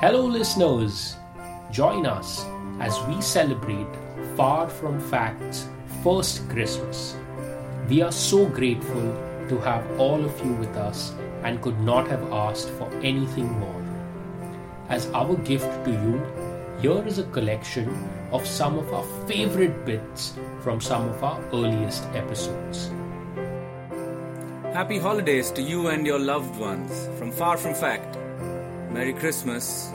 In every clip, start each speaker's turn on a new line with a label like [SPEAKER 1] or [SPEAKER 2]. [SPEAKER 1] Hello, listeners. Join us as we celebrate Far From Fact's first Christmas. We are so grateful to have all of you with us and could not have asked for anything more. As our gift to you, here is a collection of some of our favorite bits from some of our earliest episodes.
[SPEAKER 2] Happy holidays to you and your loved ones from Far From Fact. Merry Christmas.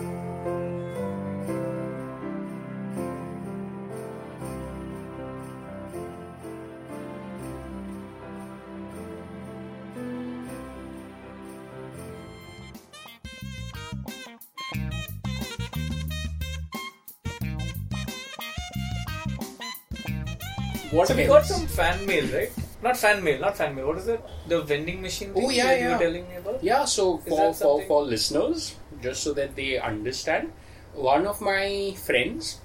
[SPEAKER 3] What
[SPEAKER 2] So we got
[SPEAKER 3] else?
[SPEAKER 2] some fan mail, right? Not fan mail, not fan mail. What is it? The vending machine thing
[SPEAKER 3] Oh, yeah,
[SPEAKER 2] that you
[SPEAKER 3] yeah.
[SPEAKER 2] were telling me about?
[SPEAKER 3] Yeah, so for,
[SPEAKER 2] that
[SPEAKER 3] for,
[SPEAKER 2] something-
[SPEAKER 3] for listeners, just so that they understand, one of my friends,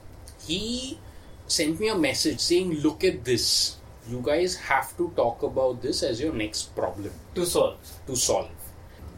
[SPEAKER 3] he sent me a message saying, Look at this. You guys have to talk about this as your next problem
[SPEAKER 2] To solve.
[SPEAKER 3] to solve.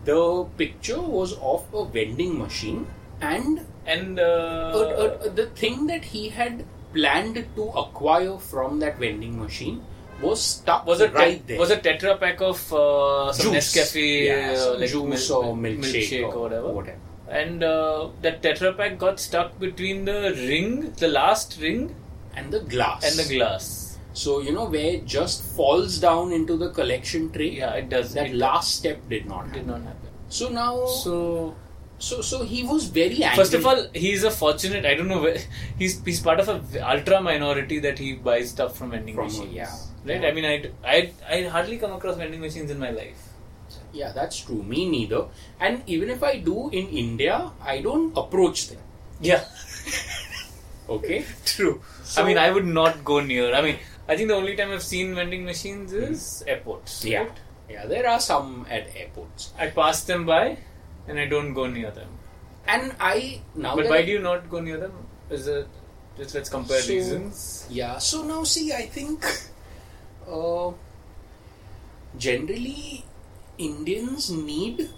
[SPEAKER 3] The picture was of a vending machine and
[SPEAKER 2] And
[SPEAKER 3] uh,
[SPEAKER 2] uh,
[SPEAKER 3] uh, the thing that he had planned to acquire from that vending machine was stuck
[SPEAKER 2] was it
[SPEAKER 3] right
[SPEAKER 2] te-
[SPEAKER 3] there.
[SPEAKER 2] was it Tetra pack of uh, some
[SPEAKER 3] Juice.
[SPEAKER 2] Nescafe
[SPEAKER 3] Yeah,
[SPEAKER 2] uh,
[SPEAKER 3] some
[SPEAKER 2] like
[SPEAKER 3] juice or milkshake
[SPEAKER 2] milkshake
[SPEAKER 3] or
[SPEAKER 2] or whatever?
[SPEAKER 3] whatever.
[SPEAKER 2] And uh, that Tetra pack got stuck between the ring, the last ring,
[SPEAKER 3] and the glass
[SPEAKER 2] and the glass.
[SPEAKER 3] So you know where it just falls down into the collection tray.
[SPEAKER 2] Yeah, it does.
[SPEAKER 3] That
[SPEAKER 2] It
[SPEAKER 3] last step did not.
[SPEAKER 2] did
[SPEAKER 3] Happen.
[SPEAKER 2] not happen.
[SPEAKER 3] So now, so,
[SPEAKER 2] So
[SPEAKER 3] so he was very angry.
[SPEAKER 2] First of all, he's a fortunate. I don't know. where- He's he's part of a v- ultra minority that he buys stuff from vending
[SPEAKER 3] From-
[SPEAKER 2] machines.
[SPEAKER 3] yeah.
[SPEAKER 2] Right. I mean, I d- I I hardly come across vending machines in my life.
[SPEAKER 3] yeah, that's true. Me neither. And even if I do in India, I don't approach them.
[SPEAKER 2] Yeah.
[SPEAKER 3] Okay.
[SPEAKER 2] True. I mean, I would not go near. I mean, I think the only time I've seen vending machines is airports.
[SPEAKER 3] yeah,
[SPEAKER 2] right?
[SPEAKER 3] yeah. There are some at airports,
[SPEAKER 2] I pass them by, and I don't go near them.
[SPEAKER 3] and I now.
[SPEAKER 2] but
[SPEAKER 3] that
[SPEAKER 2] why
[SPEAKER 3] I-
[SPEAKER 2] do you not go near them? Is it just let's compare
[SPEAKER 3] So-
[SPEAKER 2] reasons.
[SPEAKER 3] Yeah, so now see, I think uh, generally Indians need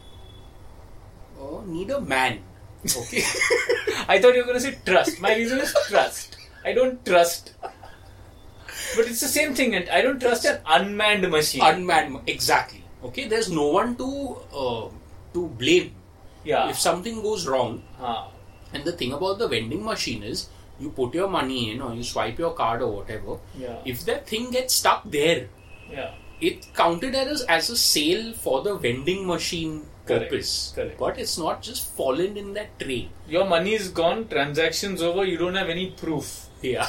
[SPEAKER 3] uh, need a man. Okay,
[SPEAKER 2] I thought you were going to say trust. My reason is trust. I don't trust. But it's the same thing. And I don't trust an unmanned machine.
[SPEAKER 3] unmanned exactly. Okay, there's no one to uh, to blame
[SPEAKER 2] yeah.
[SPEAKER 3] if something goes wrong.
[SPEAKER 2] Ah.
[SPEAKER 3] And the thing about the vending machine is, you put your money in or you swipe your card or whatever.
[SPEAKER 2] Yeah.
[SPEAKER 3] If that thing gets stuck there,
[SPEAKER 2] yeah.
[SPEAKER 3] it counted as as a sale for the vending machine
[SPEAKER 2] Correct,
[SPEAKER 3] purpose.
[SPEAKER 2] correct.
[SPEAKER 3] But it's not just fallen in that tray.
[SPEAKER 2] Your money is gone. Transactions over. You don't have any proof.
[SPEAKER 3] Yeah.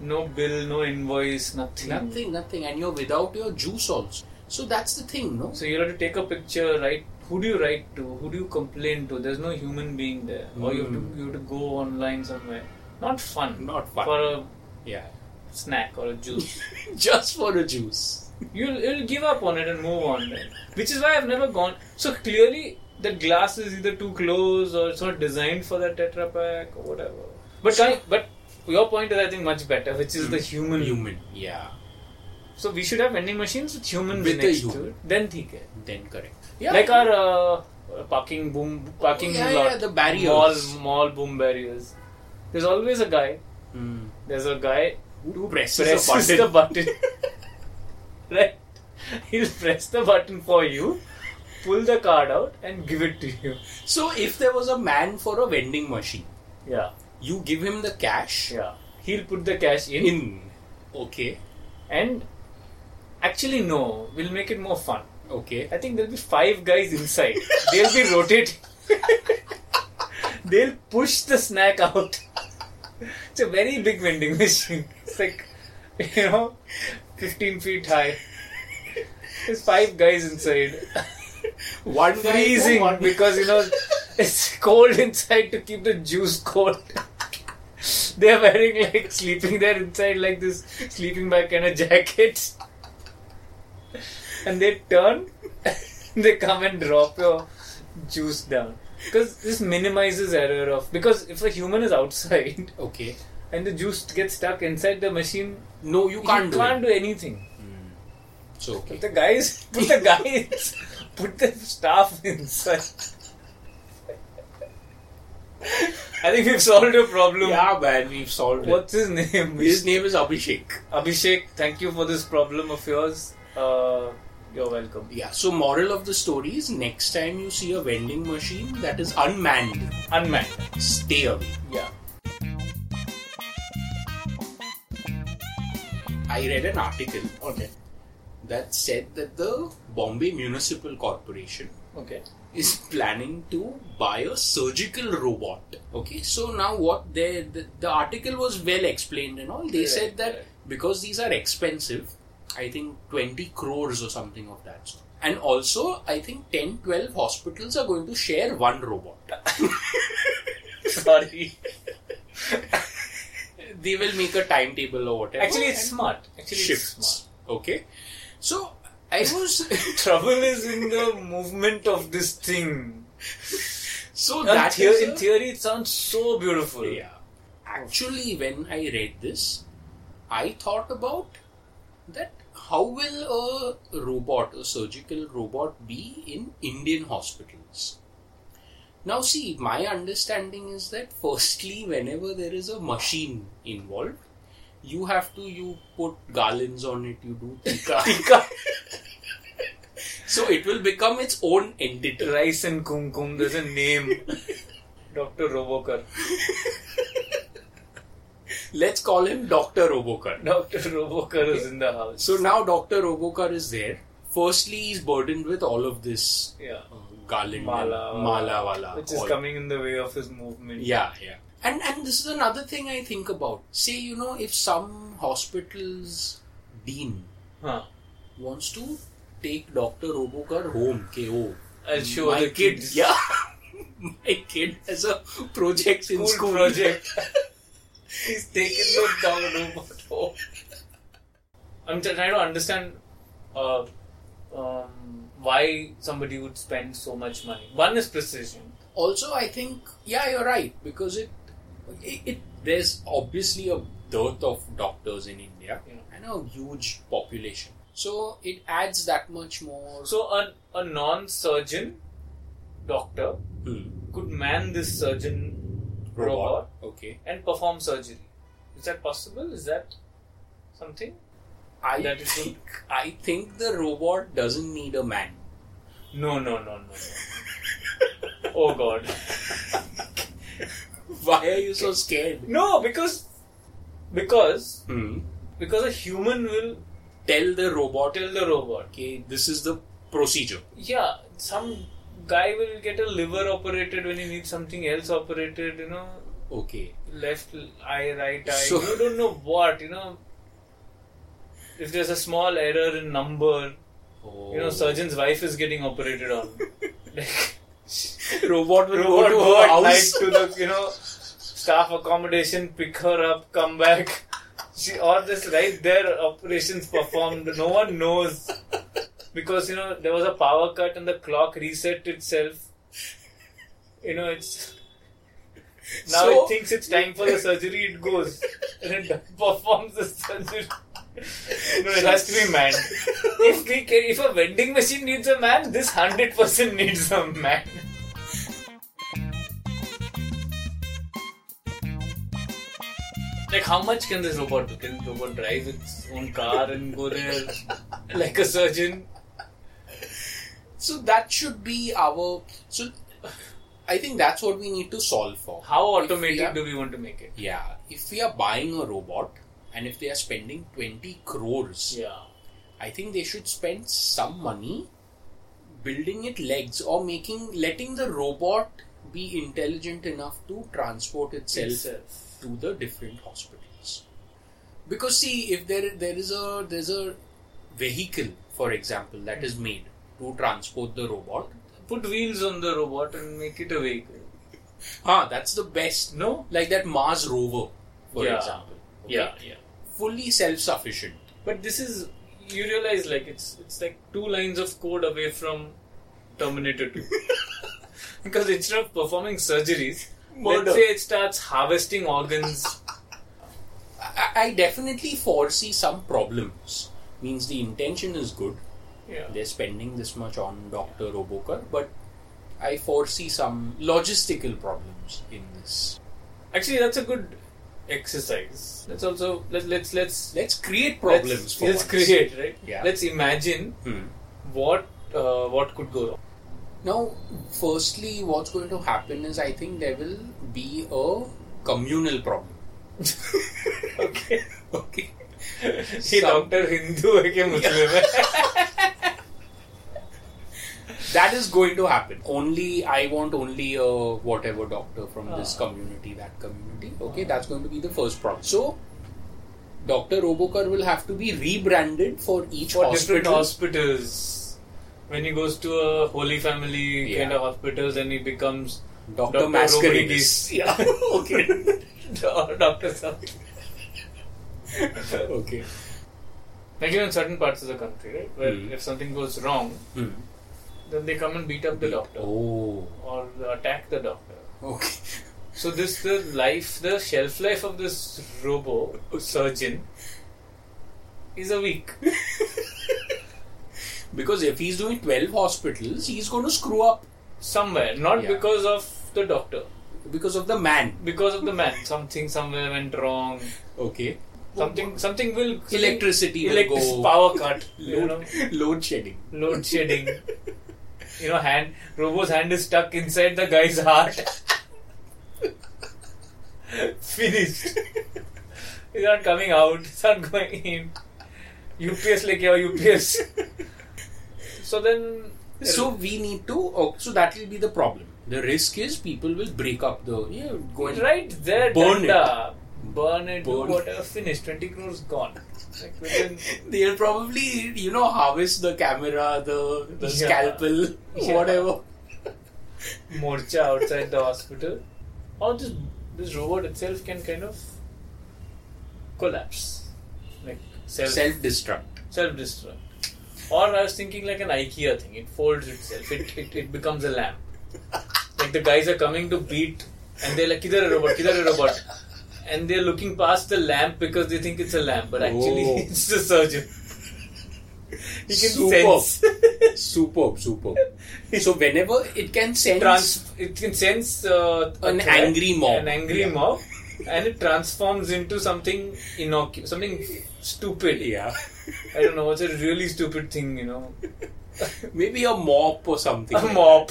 [SPEAKER 2] No bill. No invoice. Nothing.
[SPEAKER 3] nothing, nothing. And you're without your juice also. So that's the thing, no?
[SPEAKER 2] So you have to take a picture. Right. Who do you write to? Who do you complain to? There's no human being there. Or you have to you have to go online somewhere. Not fun.
[SPEAKER 3] Hmm. Not fun.
[SPEAKER 2] For a
[SPEAKER 3] Yeah.
[SPEAKER 2] snack or a juice.
[SPEAKER 3] Just for a juice.
[SPEAKER 2] You'll, you'll give up on it and move on then. Which is why I've never gone. So clearly, the glass is either too close or it's not designed for that Tetra pack or whatever. But I, but your point is, I think, much better, which is the human.
[SPEAKER 3] Hmm. Human. Yeah.
[SPEAKER 2] So we should have vending machines with humans
[SPEAKER 3] With the
[SPEAKER 2] next to
[SPEAKER 3] human.
[SPEAKER 2] it. Then, theek hai.
[SPEAKER 3] Then correct. Yeah.
[SPEAKER 2] Like our uh, parking boom, parking
[SPEAKER 3] yeah,
[SPEAKER 2] lot.
[SPEAKER 3] yeah, the barriers.
[SPEAKER 2] Mall, mall boom barriers. There's always a guy.
[SPEAKER 3] Hmm.
[SPEAKER 2] There's a guy
[SPEAKER 3] Who presses,
[SPEAKER 2] presses
[SPEAKER 3] a button?
[SPEAKER 2] the button. right. He'll press the button for you, pull the card out, and give it to you.
[SPEAKER 3] So if there was a man for a vending machine,
[SPEAKER 2] Yeah.
[SPEAKER 3] you give him the cash
[SPEAKER 2] Yeah. He'll put the cash in,
[SPEAKER 3] in. Okay.
[SPEAKER 2] and Actually, no. We'll make it more fun.
[SPEAKER 3] Okay.
[SPEAKER 2] I think there'll be five guys inside. They'll be rotating. They'll push the snack out. It's a very big vending machine. It's like, you know, 15 feet high. There's five guys inside.
[SPEAKER 3] One guy for
[SPEAKER 2] Freezing
[SPEAKER 3] one-
[SPEAKER 2] because, you know, it's cold inside to keep the juice cold. They're wearing like sleeping there inside, like this sleeping bag and a jacket. And they turn, they come and drop your juice down. Because this minimizes error of. Because if a human is outside
[SPEAKER 3] Okay.
[SPEAKER 2] and the juice gets stuck inside the machine,
[SPEAKER 3] No, you
[SPEAKER 2] you
[SPEAKER 3] can't
[SPEAKER 2] can't,
[SPEAKER 3] do it.
[SPEAKER 2] do anything.
[SPEAKER 3] It's okay.
[SPEAKER 2] Put the guys, put the guys, put the staff inside. I think we've solved your problem.
[SPEAKER 3] Yeah, man, we've solved it.
[SPEAKER 2] What's his name?
[SPEAKER 3] His name is Abhishek.
[SPEAKER 2] Abhishek, thank you for this problem of yours. Uh, you're welcome.
[SPEAKER 3] Yeah, so moral of the story is next time you see a vending machine that is unmanned,
[SPEAKER 2] Unmanned.
[SPEAKER 3] stay away.
[SPEAKER 2] Yeah.
[SPEAKER 3] I read an article on it that said that the Bombay Municipal Corporation
[SPEAKER 2] Okay.
[SPEAKER 3] is planning to buy a surgical robot. Okay, so now what they the, the article was well explained and all. They
[SPEAKER 2] Right,
[SPEAKER 3] said that
[SPEAKER 2] right.
[SPEAKER 3] because these are expensive, I think 20 crores or something of that sort. And also, I think 10 12 hospitals are going to share one robot.
[SPEAKER 2] Sorry.
[SPEAKER 3] they will make a timetable or whatever.
[SPEAKER 2] Actually, it's
[SPEAKER 3] and
[SPEAKER 2] smart. Actually, it's smart.
[SPEAKER 3] shifts. Okay, so I was
[SPEAKER 2] Trouble is in the movement of this thing.
[SPEAKER 3] so
[SPEAKER 2] And
[SPEAKER 3] that
[SPEAKER 2] theo-
[SPEAKER 3] is
[SPEAKER 2] in
[SPEAKER 3] a-
[SPEAKER 2] theory, it sounds so beautiful.
[SPEAKER 3] Yeah. Actually, when I read this, I thought about that how will a robot, a surgical robot, be in Indian hospitals? Now, see, my understanding is that firstly, whenever there is a machine involved, you have to you put garlands on it, you do tika, so it will become its own entity.
[SPEAKER 2] Rice and kumkum, there's a name. Dr. Robokar.
[SPEAKER 3] Let's call him Doctor Robokar.
[SPEAKER 2] Dr. Robokar is in the house.
[SPEAKER 3] So now Dr. Robokar is there. Firstly, he's burdened with all of this
[SPEAKER 2] yeah.
[SPEAKER 3] uh, garland,
[SPEAKER 2] Mala.
[SPEAKER 3] and mala, wala,
[SPEAKER 2] Which is
[SPEAKER 3] all-
[SPEAKER 2] coming in the way of his movement.
[SPEAKER 3] Yeah, yeah. And and this is another thing I think about. Say, you know, if some hospital's dean
[SPEAKER 2] Huh.
[SPEAKER 3] wants to take Dr. Robokar home, KO.
[SPEAKER 2] I'll show
[SPEAKER 3] my
[SPEAKER 2] the kids.
[SPEAKER 3] Yeah. My kid has a project in
[SPEAKER 2] School
[SPEAKER 3] school.
[SPEAKER 2] project. He's taken the dog robot home. I'm tr- trying to understand uh, um, why somebody would spend so much money. One is precision.
[SPEAKER 3] also i think yeah you're right because it it, it there's obviously a dearth of doctors in india
[SPEAKER 2] Yeah.
[SPEAKER 3] and a huge population so it adds that much more
[SPEAKER 2] So a, a non-surgeon doctor
[SPEAKER 3] Hmm.
[SPEAKER 2] could man this surgeon robot.
[SPEAKER 3] okay
[SPEAKER 2] and perform surgery. Is that possible? Is that something?
[SPEAKER 3] i
[SPEAKER 2] That is
[SPEAKER 3] think i think the robot doesn't need a man
[SPEAKER 2] No, no, no, no. no. oh God.
[SPEAKER 3] why are you so scared
[SPEAKER 2] No, because because
[SPEAKER 3] hmm.
[SPEAKER 2] because a human will
[SPEAKER 3] tell the robot
[SPEAKER 2] tell the robot.
[SPEAKER 3] okay this is the procedure
[SPEAKER 2] Yeah, some guy will get a liver operated when he needs something else operated. You know,
[SPEAKER 3] okay
[SPEAKER 2] left eye, right eye.
[SPEAKER 3] So-
[SPEAKER 2] you don't know what. You know, if there's a small error in number,
[SPEAKER 3] oh.
[SPEAKER 2] you know, surgeon's wife is getting operated on. like,
[SPEAKER 3] robot will go
[SPEAKER 2] robot
[SPEAKER 3] to
[SPEAKER 2] go
[SPEAKER 3] her
[SPEAKER 2] at night
[SPEAKER 3] house
[SPEAKER 2] to the you know staff accommodation, pick her up, come back. She all this right there operations performed. No one knows because you know there was a power cut and the clock reset itself. You know it's now
[SPEAKER 3] So-
[SPEAKER 2] it thinks it's time for the surgery. It goes and it performs the surgery. No, it has to be manned. If we can, if a vending machine needs a man, this hundred percent needs a man. Like how much can this robot do? Can the robot drive its own car and go there like a surgeon?
[SPEAKER 3] so that should be our so i think that's what we need to solve for
[SPEAKER 2] How
[SPEAKER 3] If we are-
[SPEAKER 2] automated do we want to make it?
[SPEAKER 3] Yeah, if we are buying a robot and if they are spending 20 crores,
[SPEAKER 2] Yeah.
[SPEAKER 3] I think they should spend some money building it legs or making letting the robot be intelligent enough to transport itself,
[SPEAKER 2] Itself.
[SPEAKER 3] to the different hospitals. Because see, if there there is a there's a vehicle, for example, that is made to transport the robot.
[SPEAKER 2] Put wheels on the robot and make it a vehicle.
[SPEAKER 3] Ah, that's the best.
[SPEAKER 2] No?
[SPEAKER 3] like that Mars rover, for
[SPEAKER 2] Yeah.
[SPEAKER 3] example. okay?
[SPEAKER 2] Yeah, yeah.
[SPEAKER 3] fully self-sufficient.
[SPEAKER 2] But this is you realize like it's it's like two lines of code away from Terminator 2. because instead of performing surgeries,
[SPEAKER 3] Murder.
[SPEAKER 2] let's say it starts harvesting organs.
[SPEAKER 3] I, I definitely foresee some problems. Means the intention is good.
[SPEAKER 2] yeah.
[SPEAKER 3] They're spending this much on Doctor Robokar, but I foresee some logistical problems in this.
[SPEAKER 2] Actually, that's a good exercise. Let's also let let's let's
[SPEAKER 3] Let's create problems
[SPEAKER 2] let's,
[SPEAKER 3] for
[SPEAKER 2] let's
[SPEAKER 3] once.
[SPEAKER 2] create right.
[SPEAKER 3] Yeah.
[SPEAKER 2] Let's imagine
[SPEAKER 3] Hmm.
[SPEAKER 2] what uh, what could go wrong.
[SPEAKER 3] Now, firstly, what's going to happen is I think there will be a communal problem.
[SPEAKER 2] Okay.
[SPEAKER 3] Okay.
[SPEAKER 2] ये doctor Hindu है कि मुस्लिम है
[SPEAKER 3] That is going to happen. Only I want only a whatever doctor from
[SPEAKER 2] Ah.
[SPEAKER 3] this community, that community. Okay, that's going to be the first problem. So, Doctor Robokar will have to be rebranded for each
[SPEAKER 2] for different
[SPEAKER 3] hospital.
[SPEAKER 2] hospitals. When he goes to a Holy Family
[SPEAKER 3] Yeah.
[SPEAKER 2] kind of hospitals, then he becomes
[SPEAKER 3] Doctor
[SPEAKER 2] Dr.
[SPEAKER 3] Mascaridis.
[SPEAKER 2] Roboridis. Yeah, okay. or Doctor something.
[SPEAKER 3] okay.
[SPEAKER 2] Like in certain parts of the country, right? Where
[SPEAKER 3] Hmm.
[SPEAKER 2] if something goes wrong,
[SPEAKER 3] Hmm.
[SPEAKER 2] then they come and beat up the doctor
[SPEAKER 3] Oh.
[SPEAKER 2] or attack the doctor.
[SPEAKER 3] Okay.
[SPEAKER 2] So this the life, the shelf life of this robo surgeon is a week.
[SPEAKER 3] Because if he's doing twelve hospitals, he's going to screw up
[SPEAKER 2] Somewhere, not
[SPEAKER 3] Yeah.
[SPEAKER 2] because of the doctor,
[SPEAKER 3] because of the man.
[SPEAKER 2] because of the man. Something somewhere went wrong.
[SPEAKER 3] Okay.
[SPEAKER 2] Something something will
[SPEAKER 3] Electricity will
[SPEAKER 2] electric
[SPEAKER 3] go-
[SPEAKER 2] power cut. you know,
[SPEAKER 3] Load, load shedding.
[SPEAKER 2] load shedding. you know, hand robo's hand is stuck inside the guy's heart. Finished. It's not coming out. It's not going in. UPS like your UPS. so then,
[SPEAKER 3] So we need to. Oh, so that will be the problem. The risk is people will break up the. Yeah, go and
[SPEAKER 2] right there,
[SPEAKER 3] Burn it.
[SPEAKER 2] Danda. burn it, do
[SPEAKER 3] Burn it.
[SPEAKER 2] whatever. Finished. Twenty crores gone. Like within
[SPEAKER 3] They'll probably, you know, harvest the camera, the, the
[SPEAKER 2] Yeah.
[SPEAKER 3] scalpel,
[SPEAKER 2] Yeah.
[SPEAKER 3] whatever.
[SPEAKER 2] morcha outside the hospital, or this this robot itself can kind of collapse, like self
[SPEAKER 3] Self destruct.
[SPEAKER 2] self destruct. Or I was thinking like an IKEA thing. It folds itself. It it, it becomes a lamp. Like the guys are coming to beat, and they're like, "Kidhar hai robot? Kidhar hai robot?" And they're looking past the lamp because they think it's a lamp, but actually
[SPEAKER 3] Oh.
[SPEAKER 2] it's the surgeon. He can
[SPEAKER 3] Superb.
[SPEAKER 2] sense.
[SPEAKER 3] Superb, superb. So whenever it can sense.
[SPEAKER 2] trans it can sense uh, a
[SPEAKER 3] An
[SPEAKER 2] threat,
[SPEAKER 3] angry mob.
[SPEAKER 2] an angry
[SPEAKER 3] Yeah.
[SPEAKER 2] mob and it transforms into something innocuous something stupid
[SPEAKER 3] yeah.
[SPEAKER 2] i don't know what's a really stupid thing you know
[SPEAKER 3] Maybe a mop or something.
[SPEAKER 2] a mop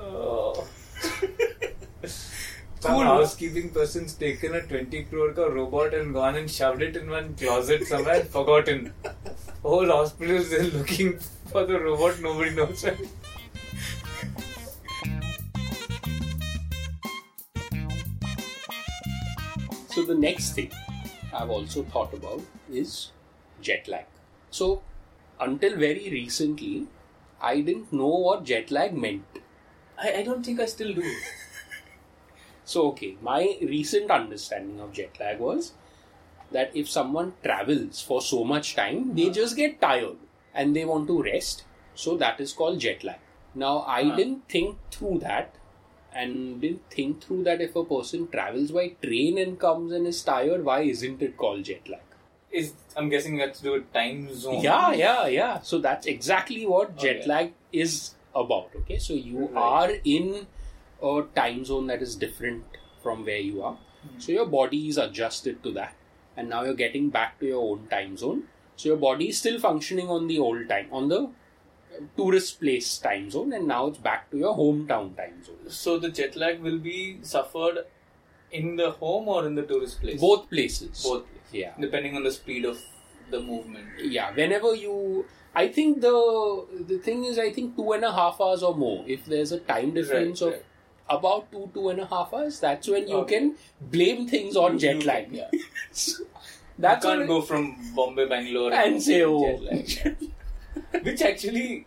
[SPEAKER 2] Oh. Some
[SPEAKER 3] Cool.
[SPEAKER 2] housekeeping person's taken a 20 crore ka robot and gone and shoved it in one closet somewhere and forgotten. Whole hospitals they're looking for the robot, nobody knows.
[SPEAKER 3] So the next thing I've also thought about is jet lag. So until very recently, I didn't know what jet lag meant.
[SPEAKER 2] I, I don't think I still do.
[SPEAKER 3] So, okay, my recent understanding of jet lag was that if someone travels for so much time, they just get tired and they want to rest. So, that is called jet lag. Now, I didn't think through that and didn't think through that if a person travels by train and comes and is tired, why isn't it called jet lag?
[SPEAKER 2] Is I'm guessing that's to do with time zone.
[SPEAKER 3] Yeah, yeah, yeah. So, that's exactly what jet
[SPEAKER 2] Okay.
[SPEAKER 3] lag is about. Okay, so you
[SPEAKER 2] Right.
[SPEAKER 3] are in a time zone that is different from where you are.
[SPEAKER 2] Hmm.
[SPEAKER 3] So your body is adjusted to that. And now you're getting back to your own time zone. So your body is still functioning on the old time, on the tourist place time zone, and now it's back to your hometown time zone.
[SPEAKER 2] So the jet lag will be suffered in the home or in the tourist place?
[SPEAKER 3] Both places.
[SPEAKER 2] Both places.
[SPEAKER 3] Yeah.
[SPEAKER 2] Depending on the speed of the movement.
[SPEAKER 3] yeah whenever you i think the the thing is i think two and a half hours or more if there's a time difference of
[SPEAKER 2] right.
[SPEAKER 3] about two two and a half hours that's when you
[SPEAKER 2] Okay.
[SPEAKER 3] can blame things on jet lag
[SPEAKER 2] Yeah.
[SPEAKER 3] that's
[SPEAKER 2] you can't
[SPEAKER 3] when-
[SPEAKER 2] go from Bombay, Bangalore
[SPEAKER 3] and say oh
[SPEAKER 2] jet lag. Which actually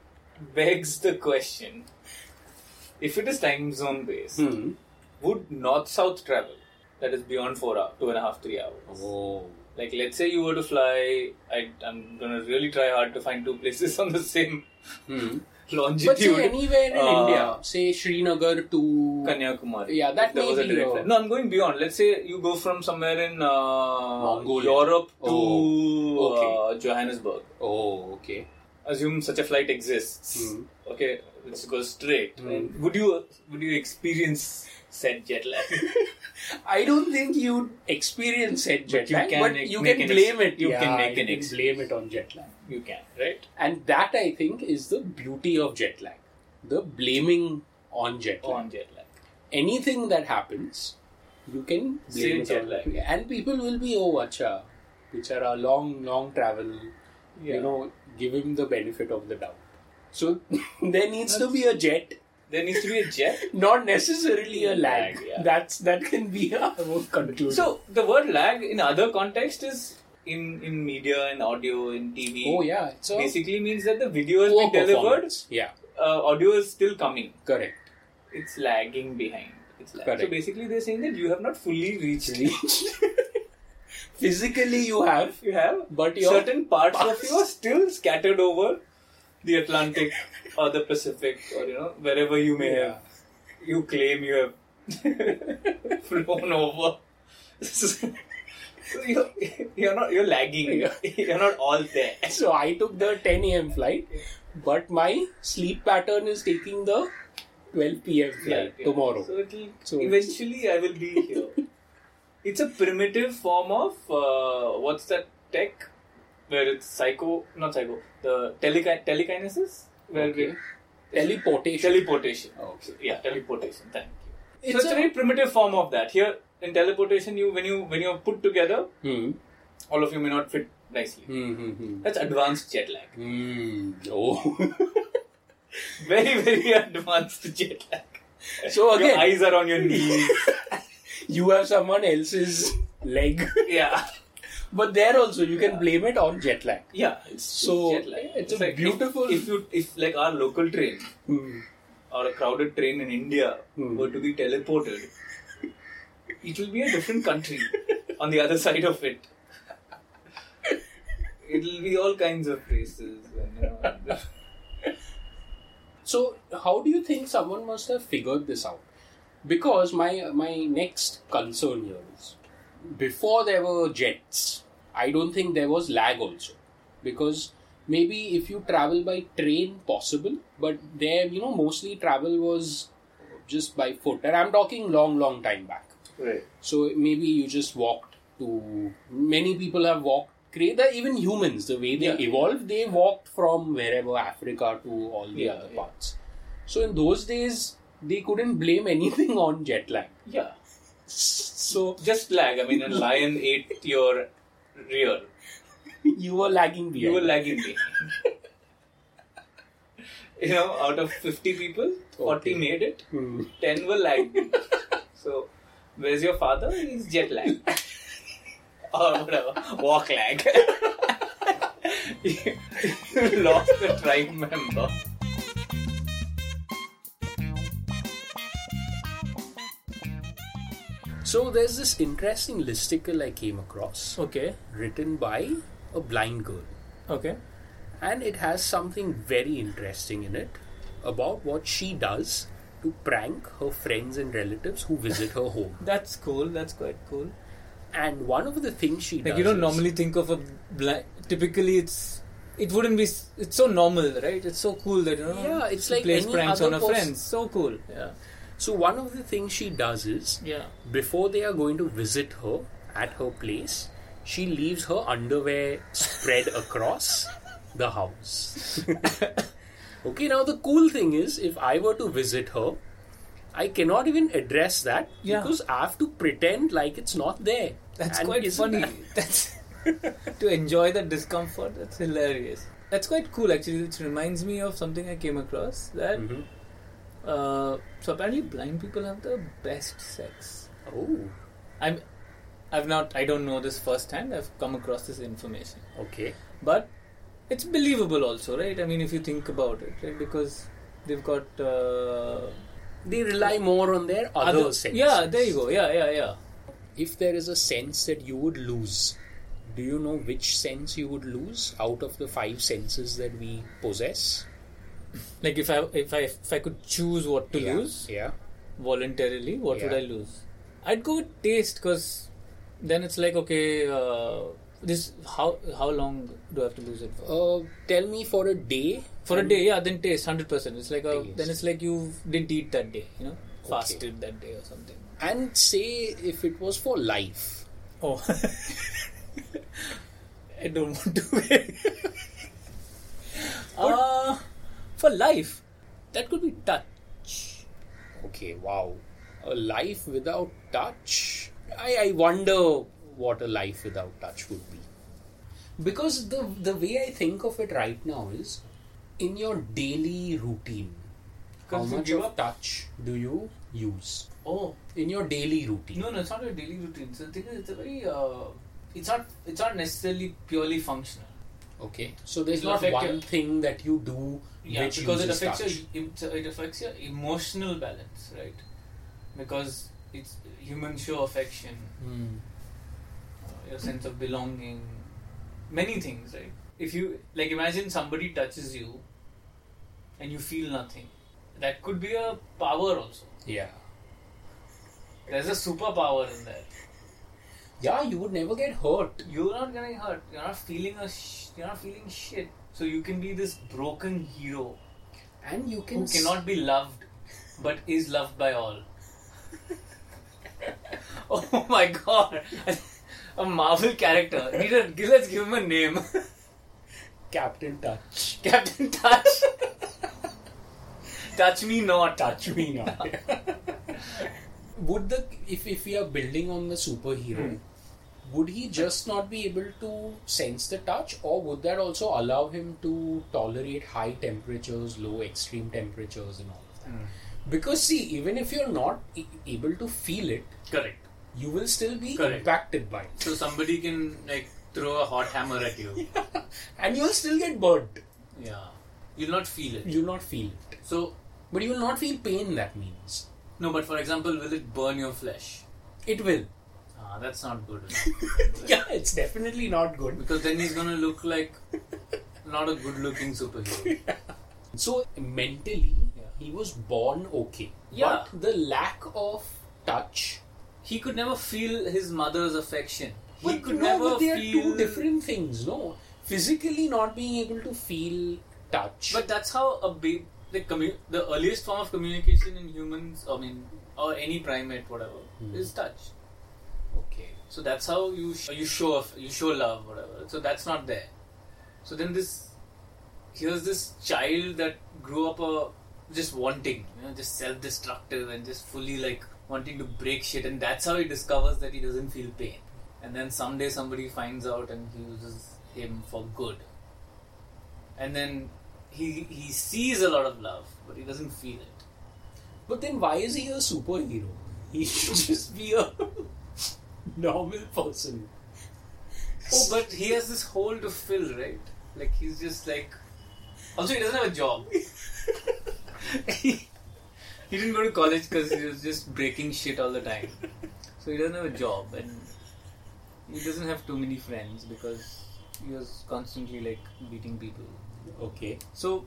[SPEAKER 2] begs the question if it is time zone based,
[SPEAKER 3] Hmm.
[SPEAKER 2] would north south travel that is beyond four hours, two and a half, three hours?
[SPEAKER 3] oh
[SPEAKER 2] Like, let's say you were to fly, I, I'm gonna really try hard to find two places on the same longitude.
[SPEAKER 3] Hmm. but say anywhere in
[SPEAKER 2] Uh,
[SPEAKER 3] india say srinagar to
[SPEAKER 2] Kanyakumari.
[SPEAKER 3] Yeah, that
[SPEAKER 2] If there
[SPEAKER 3] may
[SPEAKER 2] was a
[SPEAKER 3] be
[SPEAKER 2] direct
[SPEAKER 3] a-
[SPEAKER 2] flight. No, I'm going beyond. Let's say you go from somewhere in uh,
[SPEAKER 3] Mongolia.
[SPEAKER 2] Europe to
[SPEAKER 3] Oh, okay.
[SPEAKER 2] uh, Johannesburg.
[SPEAKER 3] oh okay
[SPEAKER 2] Assume such a flight exists.
[SPEAKER 3] Mhm.
[SPEAKER 2] Okay, let's go straight.
[SPEAKER 3] Hmm.
[SPEAKER 2] And Would you would you experience said jet lag?
[SPEAKER 3] I don't think you experience said jet
[SPEAKER 2] you
[SPEAKER 3] lag,
[SPEAKER 2] can
[SPEAKER 3] but
[SPEAKER 2] make-
[SPEAKER 3] you
[SPEAKER 2] make
[SPEAKER 3] can
[SPEAKER 2] an
[SPEAKER 3] blame
[SPEAKER 2] ex-
[SPEAKER 3] it.
[SPEAKER 2] you
[SPEAKER 3] yeah,
[SPEAKER 2] can make
[SPEAKER 3] you
[SPEAKER 2] an
[SPEAKER 3] can
[SPEAKER 2] ex-
[SPEAKER 3] blame it on jet lag.
[SPEAKER 2] you can, right?
[SPEAKER 3] And that I think is the beauty of jet lag. The blaming on jet lag.
[SPEAKER 2] On jet lag.
[SPEAKER 3] Anything that happens, you can blame
[SPEAKER 2] Say
[SPEAKER 3] it
[SPEAKER 2] jet
[SPEAKER 3] on
[SPEAKER 2] lag.
[SPEAKER 3] And people will be, oh, acha, which are a long, long travel.
[SPEAKER 2] Yeah.
[SPEAKER 3] You know, give him the benefit of the doubt. So there needs to be a jet,
[SPEAKER 2] There needs to be a jet.
[SPEAKER 3] not necessarily a lag.
[SPEAKER 2] Lag, yeah.
[SPEAKER 3] That's that can be a conclusion.
[SPEAKER 2] So the word lag in other context is in in media, in audio, in TV.
[SPEAKER 3] oh yeah, it's a
[SPEAKER 2] Basically means that the video has
[SPEAKER 3] poor
[SPEAKER 2] been delivered,
[SPEAKER 3] performance. Yeah,
[SPEAKER 2] uh, audio is still coming.
[SPEAKER 3] correct.
[SPEAKER 2] It's lagging behind. It's lagging.
[SPEAKER 3] Correct.
[SPEAKER 2] So basically, they're saying that you have not fully reached.
[SPEAKER 3] Physically, you have
[SPEAKER 2] You have,
[SPEAKER 3] But your
[SPEAKER 2] certain parts
[SPEAKER 3] parts-
[SPEAKER 2] of you are still scattered over the Atlantic or the Pacific or you know wherever you may
[SPEAKER 3] Yeah.
[SPEAKER 2] have. You claim you have flown over. So you're, you're not. You're lagging.
[SPEAKER 3] Yeah.
[SPEAKER 2] You're not all there.
[SPEAKER 3] So I took the 10 a.m. flight, but my sleep pattern is taking the 12 p.m. flight
[SPEAKER 2] Yeah, yeah.
[SPEAKER 3] tomorrow.
[SPEAKER 2] So it'll
[SPEAKER 3] So it's-
[SPEAKER 2] eventually I will be here. it's a primitive form of uh, what's that tech where it's psycho, not psycho, the telekin- telekinesis where
[SPEAKER 3] Okay.
[SPEAKER 2] we
[SPEAKER 3] Teleportation.
[SPEAKER 2] teleportation.
[SPEAKER 3] Oh, Okay.
[SPEAKER 2] Yeah, teleportation. Thank you.
[SPEAKER 3] It's
[SPEAKER 2] so it's a,
[SPEAKER 3] a-
[SPEAKER 2] very primitive form of that. Here in teleportation, you when you when you're put together,
[SPEAKER 3] Hmm.
[SPEAKER 2] all of you may not fit nicely.
[SPEAKER 3] Hmm. hmm, hmm.
[SPEAKER 2] That's advanced jet lag.
[SPEAKER 3] Hmm. Oh.
[SPEAKER 2] Very very advanced jet lag.
[SPEAKER 3] so
[SPEAKER 2] Your
[SPEAKER 3] again,
[SPEAKER 2] eyes are on your knees.
[SPEAKER 3] you have someone else's leg,
[SPEAKER 2] yeah.
[SPEAKER 3] but there also you can blame it on jet lag.
[SPEAKER 2] Yeah, it's
[SPEAKER 3] So,
[SPEAKER 2] jet lag.
[SPEAKER 3] it's a
[SPEAKER 2] like
[SPEAKER 3] beautiful-
[SPEAKER 2] If, if you if like our local train
[SPEAKER 3] Hmm.
[SPEAKER 2] or a crowded train in India
[SPEAKER 3] Hmm.
[SPEAKER 2] were to be teleported, it will be a different country on the other side of it. It'll be all kinds of races and you know,
[SPEAKER 3] So how do you think someone must have figured this out? Because my my next concern here is before there were jets, I don't think there was lag also. Because maybe if you travel by train possible, but there you know mostly travel was just by foot. And I'm talking long, long time back.
[SPEAKER 2] right.
[SPEAKER 3] So maybe you just walked to many people have walked create that even humans the way they
[SPEAKER 2] Yeah.
[SPEAKER 3] evolved they walked from wherever Africa to all the
[SPEAKER 2] Yeah,
[SPEAKER 3] other
[SPEAKER 2] yeah.
[SPEAKER 3] parts. So in those days they couldn't blame anything on jet lag.
[SPEAKER 2] Yeah,
[SPEAKER 3] So
[SPEAKER 2] just lag. I mean, a lion ate your rear.
[SPEAKER 3] you were lagging behind.
[SPEAKER 2] You were lagging me. you know, out of fifty people, forty
[SPEAKER 3] Okay.
[SPEAKER 2] made it.
[SPEAKER 3] Hmm.
[SPEAKER 2] 10 were lagged. so, where's your father? He's jet lag. or whatever. Walk lag. you lost the tribe member.
[SPEAKER 3] So there's this interesting listicle I came across
[SPEAKER 2] Okay,
[SPEAKER 3] written by a blind girl.
[SPEAKER 2] okay.
[SPEAKER 3] and it has something very interesting in it about what she does to prank her friends and relatives who visit her home.
[SPEAKER 2] That's cool, that's quite cool.
[SPEAKER 3] And one of the things she
[SPEAKER 2] Like,
[SPEAKER 3] does
[SPEAKER 2] you don't
[SPEAKER 3] is-
[SPEAKER 2] normally think of a blind. Typically, it's. It wouldn't be. s- It's so normal, right? It's so cool that, you know.
[SPEAKER 3] Yeah, it's
[SPEAKER 2] she
[SPEAKER 3] like
[SPEAKER 2] plays
[SPEAKER 3] any
[SPEAKER 2] pranks
[SPEAKER 3] other
[SPEAKER 2] on her
[SPEAKER 3] pers-
[SPEAKER 2] friends. So cool. Yeah.
[SPEAKER 3] So one of the things she does is
[SPEAKER 2] Yeah.
[SPEAKER 3] before they are going to visit her at her place, she leaves her underwear spread across the house. Okay, now the cool thing is, if I were to visit her, I cannot even address that
[SPEAKER 2] Yeah.
[SPEAKER 3] because I have to pretend like it's not there.
[SPEAKER 2] That's
[SPEAKER 3] And
[SPEAKER 2] quite
[SPEAKER 3] isn't
[SPEAKER 2] funny.
[SPEAKER 3] that-
[SPEAKER 2] That's to enjoy the discomfort. That's hilarious. That's quite cool actually, which reminds me of something I came across that.
[SPEAKER 3] Mm-hmm.
[SPEAKER 2] Uh, so apparently, blind people have the best sex.
[SPEAKER 3] Oh,
[SPEAKER 2] I'm, I've not. I don't know this firsthand. I've come across this information,
[SPEAKER 3] okay.
[SPEAKER 2] but it's believable also, right? I mean, if you think about it, right? Because they've got uh,
[SPEAKER 3] They rely more on their other,
[SPEAKER 2] other-
[SPEAKER 3] senses.
[SPEAKER 2] Yeah, there you go. Yeah, yeah, yeah.
[SPEAKER 3] If there is a sense that you would lose, do you know which sense you would lose out of the five senses that we possess?
[SPEAKER 2] Like if I if I if I could choose what to lose,
[SPEAKER 3] Yeah.
[SPEAKER 2] voluntarily, what would
[SPEAKER 3] Yeah.
[SPEAKER 2] I lose? I'd go with taste because then it's like okay, uh, this how how long do I have to lose it for?
[SPEAKER 3] Uh, tell me for a day.
[SPEAKER 2] For a day, yeah, then taste hundred percent. It's like a
[SPEAKER 3] Taste.
[SPEAKER 2] then it's like you didn't eat that day, you know, fasted that day or something.
[SPEAKER 3] And say if it was for life.
[SPEAKER 2] Oh, I don't want to. uh, for life, that could be touch.
[SPEAKER 3] Okay, wow. A life without touch? I, I wonder what a life without touch would be. Because the, the way I think of it right now is in your daily routine, how
[SPEAKER 2] Because you
[SPEAKER 3] much
[SPEAKER 2] give
[SPEAKER 3] of
[SPEAKER 2] up-
[SPEAKER 3] touch do you use?
[SPEAKER 2] Oh,
[SPEAKER 3] In your daily routine.
[SPEAKER 2] No, no, it's not a daily routine. So the thing is, it's a very, uh, it's not, it's not necessarily purely functional.
[SPEAKER 3] Okay, so there's
[SPEAKER 2] It'll
[SPEAKER 3] not
[SPEAKER 2] affect
[SPEAKER 3] one
[SPEAKER 2] your-
[SPEAKER 3] thing that you do
[SPEAKER 2] Yeah,
[SPEAKER 3] which
[SPEAKER 2] because it
[SPEAKER 3] uses
[SPEAKER 2] affects
[SPEAKER 3] touch.
[SPEAKER 2] your, it, it affects your emotional balance, right? Because it's humans show affection,
[SPEAKER 3] Hmm.
[SPEAKER 2] uh, your sense of belonging, many things, right? If you like, imagine somebody touches you, and you feel nothing. That could be a power also.
[SPEAKER 3] Yeah.
[SPEAKER 2] There's a superpower in that.
[SPEAKER 3] Yeah, you would never get hurt.
[SPEAKER 2] You're not getting hurt. You're not feeling a. Sh- you're not feeling shit. So you can be this broken hero
[SPEAKER 3] And you can
[SPEAKER 2] who
[SPEAKER 3] s-
[SPEAKER 2] cannot be loved, but is loved by all. oh my god! A Marvel character. Need a, gi- let's give him a name.
[SPEAKER 3] Captain Touch.
[SPEAKER 2] Captain Touch. Touch me not.
[SPEAKER 3] Touch me not. would the if if we are building on the superhero,
[SPEAKER 2] Hmm.
[SPEAKER 3] would he just not be able to sense the touch, or would that also allow him to tolerate high temperatures, low extreme temperatures, and all of that?
[SPEAKER 2] Hmm.
[SPEAKER 3] Because see, even if you're not e- able to feel it,
[SPEAKER 2] Correct.
[SPEAKER 3] you will still be
[SPEAKER 2] Correct.
[SPEAKER 3] impacted by it,
[SPEAKER 2] So somebody can like throw a hot hammer at you.
[SPEAKER 3] and you'll still get burnt.
[SPEAKER 2] yeah. You'll not feel it.
[SPEAKER 3] You'll not feel it,
[SPEAKER 2] So
[SPEAKER 3] but you will not feel pain. That means
[SPEAKER 2] no, but for example, will it burn your flesh?
[SPEAKER 3] it will.
[SPEAKER 2] Ah, that's not good.
[SPEAKER 3] Yeah, it's definitely not good.
[SPEAKER 2] because then he's gonna look like not a good looking superhero.
[SPEAKER 3] So mentally,
[SPEAKER 2] Yeah.
[SPEAKER 3] he was born okay.
[SPEAKER 2] Yeah.
[SPEAKER 3] But the lack of touch.
[SPEAKER 2] He could never feel his mother's affection. He
[SPEAKER 3] But
[SPEAKER 2] could
[SPEAKER 3] no,
[SPEAKER 2] never
[SPEAKER 3] but they are
[SPEAKER 2] feel
[SPEAKER 3] two different things. No, physically not being able to feel touch.
[SPEAKER 2] But that's how a baby. The, commu- the earliest form of communication in humans, I mean, or any primate, whatever, is touch.
[SPEAKER 3] okay,
[SPEAKER 2] So that's how you sh- you show off, you show love, whatever. So that's not there. So then this here's this child that grew up uh, just wanting, you know, just self-destructive and just fully like wanting to break shit, and that's how he discovers that he doesn't feel pain. And then someday somebody finds out and uses him for good. And then he he sees a lot of love, but he doesn't feel it.
[SPEAKER 3] but then why is he a superhero? He should just be a normal person.
[SPEAKER 2] Oh, but he has this hole to fill, right? Like he's just like. Also, he doesn't have a job. he didn't go to college because he was just breaking shit all the time. So he doesn't have a job, and he doesn't have too many friends because he was constantly like beating people.
[SPEAKER 3] Okay,
[SPEAKER 2] So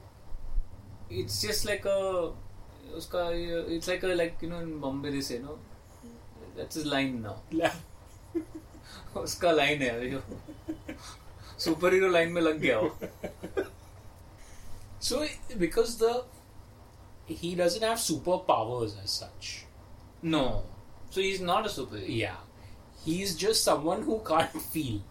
[SPEAKER 2] it's just like a. उसका ये- It's like a like you know in Bombay they say no. That's his line now. उसका line है जो superhero line में लग गया वो
[SPEAKER 3] so because the he doesn't have superpowers as such.
[SPEAKER 2] No so he is not a super he
[SPEAKER 3] Yeah, he's just someone who can't feel.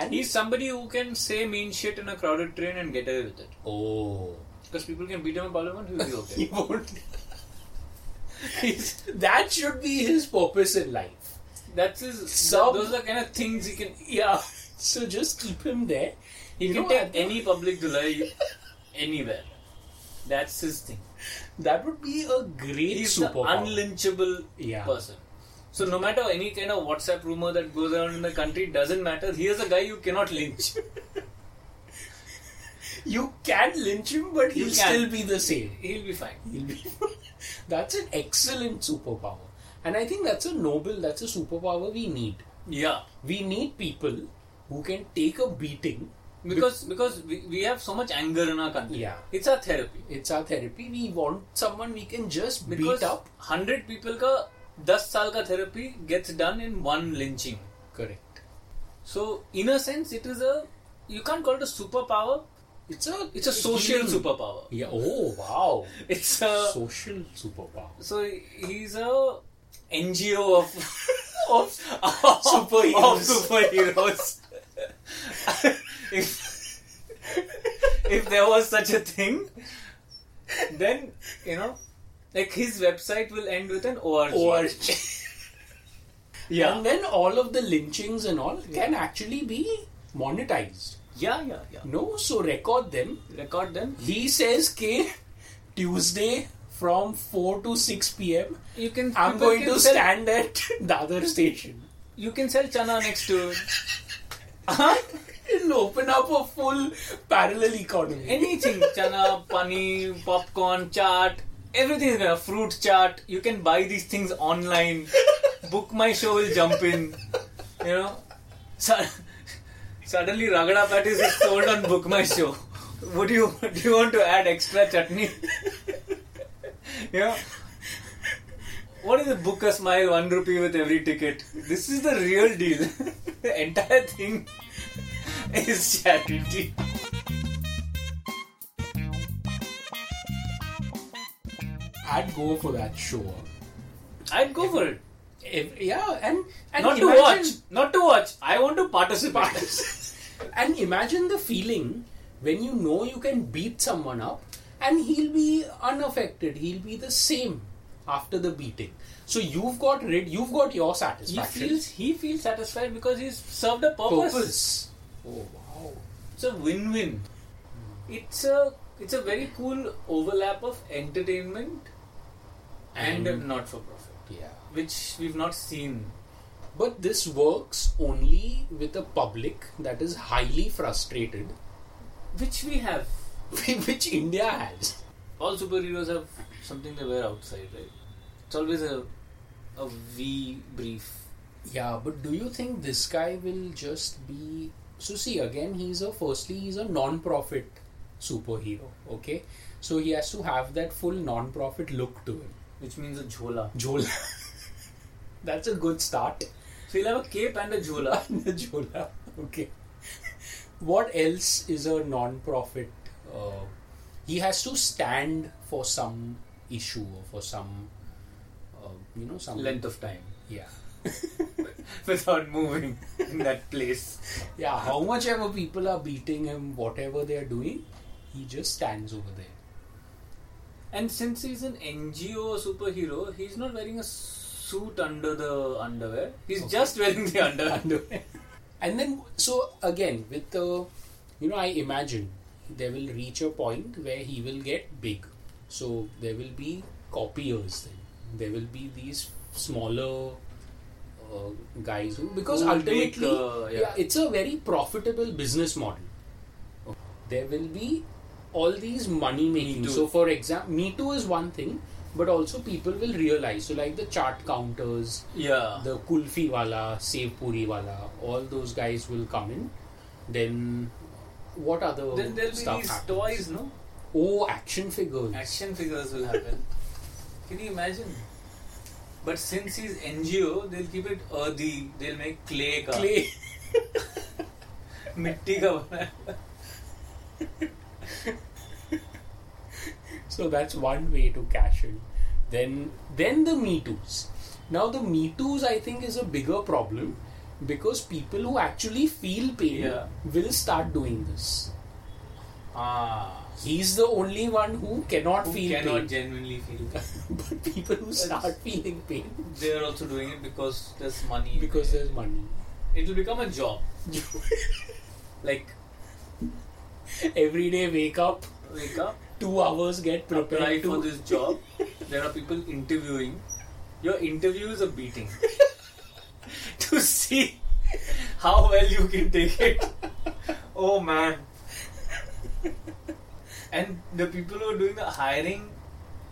[SPEAKER 3] And
[SPEAKER 2] is somebody who can say mean shit in a crowded train and get away with it
[SPEAKER 3] Oh,
[SPEAKER 2] Because people can beat him in parliament, he'll be okay.
[SPEAKER 3] He won't. He's- that should be his purpose in life.
[SPEAKER 2] That's his.
[SPEAKER 3] Some-
[SPEAKER 2] those are the kind of things he can.
[SPEAKER 3] Yeah. So just keep him there.
[SPEAKER 2] He
[SPEAKER 3] You
[SPEAKER 2] can
[SPEAKER 3] know,
[SPEAKER 2] take
[SPEAKER 3] I-
[SPEAKER 2] any public lie anywhere. That's his thing.
[SPEAKER 3] That would be a great
[SPEAKER 2] He's an
[SPEAKER 3] superpower.
[SPEAKER 2] unlynchable
[SPEAKER 3] Yeah.
[SPEAKER 2] person. So no matter any kind of WhatsApp rumor that goes around in the country, doesn't matter. He is a guy you cannot lynch.
[SPEAKER 3] you can lynch him, but
[SPEAKER 2] You
[SPEAKER 3] he'll
[SPEAKER 2] can.
[SPEAKER 3] still be the same.
[SPEAKER 2] He'll be fine.
[SPEAKER 3] He'll be- that's an excellent superpower. And I think that's a noble, that's a superpower we need.
[SPEAKER 2] Yeah.
[SPEAKER 3] We need people who can take a beating.
[SPEAKER 2] Because because we, we have so much anger in our country.
[SPEAKER 3] Yeah.
[SPEAKER 2] It's our therapy.
[SPEAKER 3] It's our therapy. We want someone we can just
[SPEAKER 2] Because
[SPEAKER 3] beat up.
[SPEAKER 2] 100 people ka 10 saal ka therapy gets done in one lynching.
[SPEAKER 3] Correct.
[SPEAKER 2] So in a sense it is a you can't call it a superpower.
[SPEAKER 3] It's a
[SPEAKER 2] It's a social
[SPEAKER 3] healing-
[SPEAKER 2] superpower.
[SPEAKER 3] Yeah. Oh wow.
[SPEAKER 2] It's a
[SPEAKER 3] social superpower.
[SPEAKER 2] So he's a NGO of of
[SPEAKER 3] Superheroes.
[SPEAKER 2] Of superheroes. if, if there was such a thing, then you know, like his website will end with an org.
[SPEAKER 3] Or
[SPEAKER 2] Yeah.
[SPEAKER 3] and then all of the lynchings and all can actually be monetized.
[SPEAKER 2] yeah, yeah, yeah.
[SPEAKER 3] No, so record them.
[SPEAKER 2] Record them.
[SPEAKER 3] He says K Tuesday from four to six PM
[SPEAKER 2] You can.
[SPEAKER 3] I'm
[SPEAKER 2] people
[SPEAKER 3] going
[SPEAKER 2] can
[SPEAKER 3] to
[SPEAKER 2] sell-
[SPEAKER 3] stand at the other station.
[SPEAKER 2] You can sell chana next to it.
[SPEAKER 3] It'll open up a full parallel economy.
[SPEAKER 2] anything chana pani popcorn chaat everything is there fruit chaat you can buy these things online book my show will jump in you know Su- suddenly ragada patties is sold on book my show would you do you want to add extra chutney you know what is a book a smile one rupee with every ticket this is the real deal the entire thing is charity
[SPEAKER 3] I'd go for that show.
[SPEAKER 2] i'd go for it
[SPEAKER 3] If- yeah, and, and
[SPEAKER 2] not to watch,
[SPEAKER 3] imagine-
[SPEAKER 2] not to watch. I want to participate.
[SPEAKER 3] and imagine the feeling when you know you can beat someone up and he'll be unaffected. He'll be the same after the beating. So you've got rid you've got your
[SPEAKER 2] he
[SPEAKER 3] satisfaction.
[SPEAKER 2] feels he feels satisfied because he's served a purpose.
[SPEAKER 3] purpose. Oh wow.
[SPEAKER 2] It's a win-win. It's a it's a very cool overlap of entertainment and,
[SPEAKER 3] And-
[SPEAKER 2] not-for-profit,
[SPEAKER 3] Yeah.
[SPEAKER 2] which we've not seen.
[SPEAKER 3] But this works only with a public that is highly frustrated,
[SPEAKER 2] Which we have.
[SPEAKER 3] which India has.
[SPEAKER 2] All superheroes have something they wear outside, right? It's always a a V brief.
[SPEAKER 3] Yeah, but do you think this guy will just be. So, see, again, he's a. Firstly, he's a non profit superhero, okay? So, he has to have that full non profit look to him.
[SPEAKER 2] Which means a jhola.
[SPEAKER 3] Jola. That's a good start.
[SPEAKER 2] So you'll have a cape and a jhola.
[SPEAKER 3] Jola, okay. What else is a non profit? Uh, he has to stand for some issue or for some. Uh, you know, some.
[SPEAKER 2] Length of time.
[SPEAKER 3] Yeah.
[SPEAKER 2] without moving in that place.
[SPEAKER 3] Yeah, how much ever people are beating him, whatever they are doing, he just stands over there.
[SPEAKER 2] And since he's an NGO superhero, he's not wearing a suit under the underwear. He's just wearing the underwear.
[SPEAKER 3] underwear. And then, so again, with the, you know, I imagine there will reach a point where he will get big. So there will be copiers then. There will be these smaller uh, guys who, because
[SPEAKER 2] Who will
[SPEAKER 3] ultimately,
[SPEAKER 2] make, uh, yeah.
[SPEAKER 3] yeah, it's a very profitable business model. There will be all these money making.
[SPEAKER 2] Me Too.
[SPEAKER 3] So, for example, Me Too is one thing, but also people will realize. So, like the chart counters,
[SPEAKER 2] Yeah.
[SPEAKER 3] the kulfi wala, sev puri wala, all those guys will come in. Then what other
[SPEAKER 2] then there'll be
[SPEAKER 3] stuff
[SPEAKER 2] these
[SPEAKER 3] happens?
[SPEAKER 2] toys, no?
[SPEAKER 3] Oh, action figures.
[SPEAKER 2] Action figures will happen. Can you imagine? But since he's NGO, they'll keep it earthy. They'll make clay ka.
[SPEAKER 3] Clay.
[SPEAKER 2] Mitti ka bana hai.
[SPEAKER 3] so that's one way to cash in. Then then the Me Too's. Now the Me Too's I think is a bigger problem because people who actually feel pain
[SPEAKER 2] Yeah.
[SPEAKER 3] will start doing this.
[SPEAKER 2] Ah.
[SPEAKER 3] He's the only one who cannot
[SPEAKER 2] Who
[SPEAKER 3] feel
[SPEAKER 2] cannot
[SPEAKER 3] pain.
[SPEAKER 2] genuinely feel pain.
[SPEAKER 3] but people who start feeling pain
[SPEAKER 2] they are also doing it because there's money. in
[SPEAKER 3] because
[SPEAKER 2] it.
[SPEAKER 3] there's money.
[SPEAKER 2] it'll become a job. Like
[SPEAKER 3] Every day, wake up,
[SPEAKER 2] wake up,
[SPEAKER 3] two hours get
[SPEAKER 2] apply
[SPEAKER 3] prepared
[SPEAKER 2] for
[SPEAKER 3] to
[SPEAKER 2] this job. There are people interviewing. Your interview is a beating to see how well you can take it. Oh man! And the people who are doing the hiring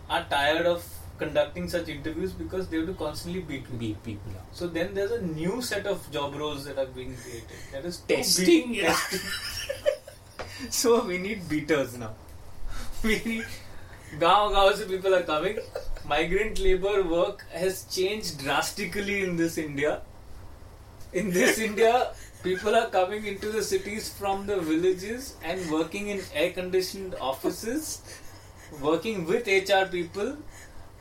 [SPEAKER 2] are tired of conducting such interviews because they have to constantly beat people.
[SPEAKER 3] beat people up.
[SPEAKER 2] So then there's a new set of job roles that are being created. That is to
[SPEAKER 3] Testing,
[SPEAKER 2] beat-
[SPEAKER 3] yeah.
[SPEAKER 2] so we need beaters now. We need gaon gaon se people are coming. Migrant labor work has changed drastically in this India. In this India, people are coming into the cities from the villages and working in air-conditioned offices, working with HR people,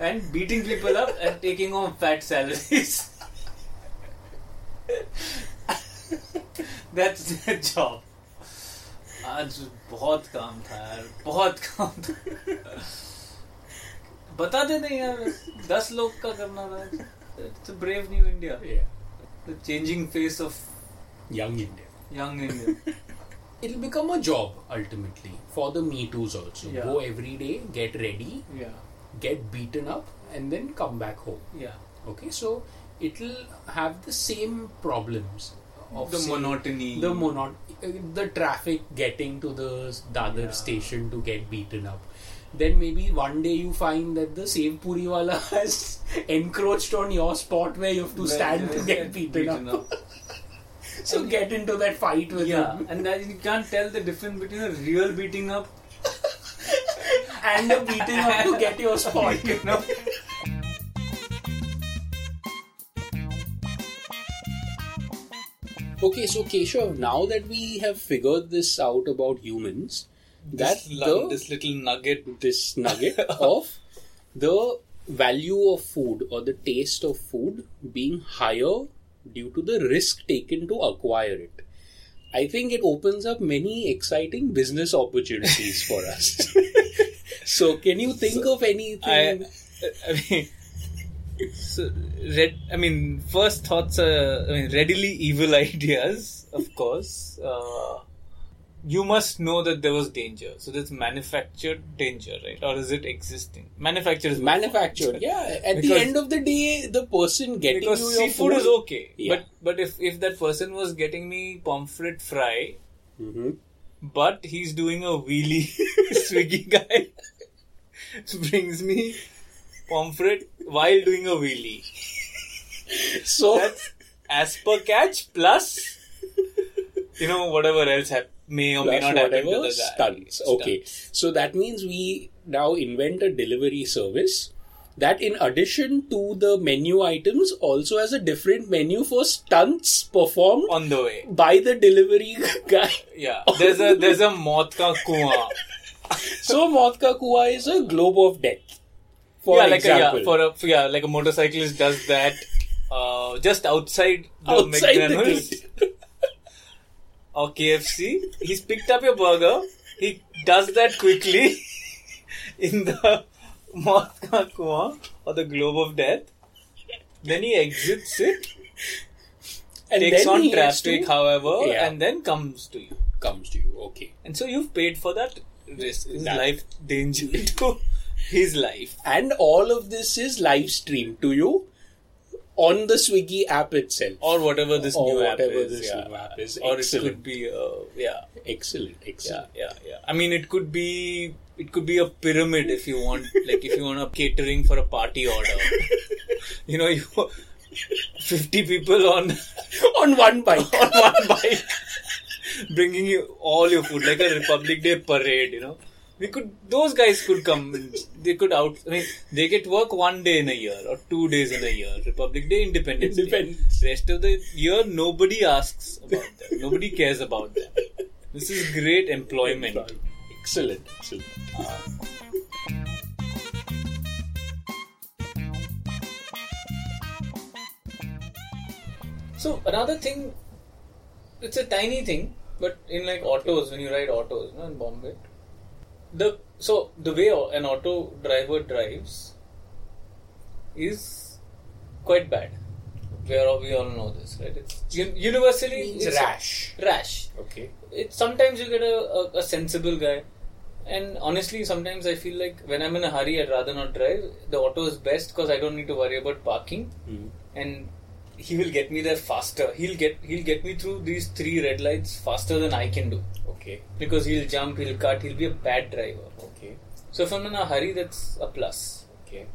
[SPEAKER 2] and beating people up and taking home fat salaries. That's their job. आज बहुत काम था यार बहुत काम था बता दे नहीं यार दस लोग का करना था it's brave new India
[SPEAKER 3] Yeah,
[SPEAKER 2] the changing face of
[SPEAKER 3] young India.
[SPEAKER 2] Young India
[SPEAKER 3] It'll become a job ultimately for the Me Too's also.
[SPEAKER 2] Yeah.
[SPEAKER 3] Go every day, get ready,
[SPEAKER 2] या
[SPEAKER 3] get beaten up, and then come back home.
[SPEAKER 2] या
[SPEAKER 3] Okay, so it'll have the same problems of
[SPEAKER 2] the
[SPEAKER 3] say,
[SPEAKER 2] monotony
[SPEAKER 3] the monon uh, the traffic getting to the s- Dadar
[SPEAKER 2] Yeah.
[SPEAKER 3] station to get beaten up. Then maybe one day you find that the same Puriwala has encroached on your spot where you have to stand to get beaten, up. So get into that fight with
[SPEAKER 2] yeah
[SPEAKER 3] him
[SPEAKER 2] and then you can't tell the difference between a real beating up
[SPEAKER 3] and the beating up to get your spot.
[SPEAKER 2] you know
[SPEAKER 3] Okay, so Keshav, now that we have figured this out about humans, that's
[SPEAKER 2] this, lo- this little nugget
[SPEAKER 3] this nugget of the value of food or the taste of food being higher due to the risk taken to acquire it. I think it opens up many exciting business opportunities for us. so, can you think of anything?
[SPEAKER 2] I, I mean, so, red, I mean, first thoughts are I mean, readily evil ideas, of course. Uh, you must know that there was danger. So that's manufactured danger, right? Or is it existing? Manufactured is
[SPEAKER 3] Manufactured, yeah. At the
[SPEAKER 2] Because-
[SPEAKER 3] end of the day, the person getting
[SPEAKER 2] Because
[SPEAKER 3] you your
[SPEAKER 2] seafood
[SPEAKER 3] food
[SPEAKER 2] is okay.
[SPEAKER 3] Yeah.
[SPEAKER 2] But but if, if that person was getting me pomfret fry,
[SPEAKER 3] Mhm.
[SPEAKER 2] but he's doing a wheelie swiggy guy brings me pomfret while doing a wheelie.
[SPEAKER 3] So,
[SPEAKER 2] That's as per catch plus you know whatever else hap- may or may
[SPEAKER 3] plus
[SPEAKER 2] not happen to
[SPEAKER 3] whatever
[SPEAKER 2] the guy.
[SPEAKER 3] stunts. Okay, so that means we now invent a delivery service that, in addition to the menu items, also has a different menu for stunts performed
[SPEAKER 2] on the way
[SPEAKER 3] by the delivery guy.
[SPEAKER 2] yeah there's a there's a moth ka kuan
[SPEAKER 3] so Moth Ka Kua is a globe of death. For
[SPEAKER 2] yeah, like
[SPEAKER 3] example,
[SPEAKER 2] a, yeah, for a for- yeah, like a motorcyclist does that uh, just outside the
[SPEAKER 3] outside the
[SPEAKER 2] McDonald's
[SPEAKER 3] gate.
[SPEAKER 2] or KFC. He's picked up your burger. He does that quickly in the moth ka kuan or the globe of death. Then he exits it
[SPEAKER 3] and
[SPEAKER 2] takes
[SPEAKER 3] then
[SPEAKER 2] on
[SPEAKER 3] he has
[SPEAKER 2] traffic,
[SPEAKER 3] to,
[SPEAKER 2] however,
[SPEAKER 3] Yeah.
[SPEAKER 2] and then comes to you.
[SPEAKER 3] comes to you. Okay,
[SPEAKER 2] And so you've paid for that risk, his
[SPEAKER 3] That.
[SPEAKER 2] life danger to his life.
[SPEAKER 3] and all of this is live streamed to you on the Swiggy app itself.
[SPEAKER 2] Or whatever this
[SPEAKER 3] Or
[SPEAKER 2] new app
[SPEAKER 3] whatever
[SPEAKER 2] is.
[SPEAKER 3] this
[SPEAKER 2] yeah.
[SPEAKER 3] new app is.
[SPEAKER 2] Or it could
[SPEAKER 3] Excellent.
[SPEAKER 2] be, uh, yeah,
[SPEAKER 3] Excellent,
[SPEAKER 2] yeah,
[SPEAKER 3] excellent.
[SPEAKER 2] yeah, yeah. I mean, it could be, it could be a pyramid if you want, like if you want a catering for a party order. you know, you, 50 people on,
[SPEAKER 3] on one bike.
[SPEAKER 2] on one bike, bringing you all your food like a Republic Day parade. You know, we could those guys could come. and They could out. I mean, they get work one day in a year or two days in a year. Republic Day, Independence,
[SPEAKER 3] Independence.
[SPEAKER 2] Day. Rest of the year, nobody asks about them. Nobody cares about them. This is great employment.
[SPEAKER 3] excellent, excellent.
[SPEAKER 2] So another thing, it's a tiny thing, but in like autos, when you ride autos, you know, in Bombay, the so the way au- an auto driver drives is quite bad. We all we all know this, right? It's un- universally
[SPEAKER 3] Means
[SPEAKER 2] it's
[SPEAKER 3] rash.
[SPEAKER 2] Rash.
[SPEAKER 3] Okay.
[SPEAKER 2] It sometimes you get a, a, a sensible guy, and honestly, sometimes I feel like when I'm in a hurry, I'd rather not drive. The auto is best because I don't need to worry about parking,
[SPEAKER 3] Hmm.
[SPEAKER 2] and he will get me there faster. He'll get he'll get me through these three red lights faster than I can do
[SPEAKER 3] Okay.
[SPEAKER 2] because he'll jump, he'll cut, he'll be a bad driver.
[SPEAKER 3] Okay.
[SPEAKER 2] So if I'm in a hurry, that's a plus.
[SPEAKER 3] Okay.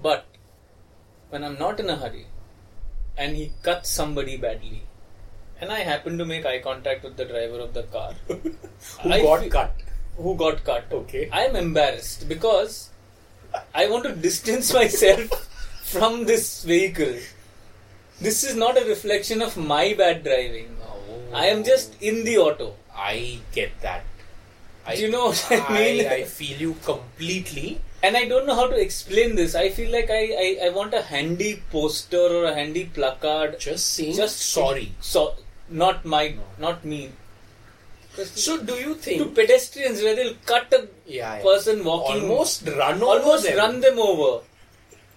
[SPEAKER 2] But when I'm not in a hurry and he cuts somebody badly, and I happen to make eye contact with the driver of the car
[SPEAKER 3] Who
[SPEAKER 2] I
[SPEAKER 3] got
[SPEAKER 2] fe-
[SPEAKER 3] cut?
[SPEAKER 2] who got cut,
[SPEAKER 3] Okay.
[SPEAKER 2] I'm embarrassed because I want to distance myself from this vehicle. This is not a reflection of my bad driving.
[SPEAKER 3] Oh.
[SPEAKER 2] I am just in the auto.
[SPEAKER 3] I get that. I,
[SPEAKER 2] Do you know what I mean?
[SPEAKER 3] I feel you completely.
[SPEAKER 2] And I don't know how to explain this. I feel like I, I, I want a handy poster or a handy placard.
[SPEAKER 3] Just saying.
[SPEAKER 2] Just
[SPEAKER 3] sorry.
[SPEAKER 2] So not my not me.
[SPEAKER 3] So do you
[SPEAKER 2] To
[SPEAKER 3] think?
[SPEAKER 2] pedestrians where they'll cut a
[SPEAKER 3] Yeah, yeah.
[SPEAKER 2] person walking
[SPEAKER 3] Almost run over
[SPEAKER 2] almost
[SPEAKER 3] them.
[SPEAKER 2] run them over.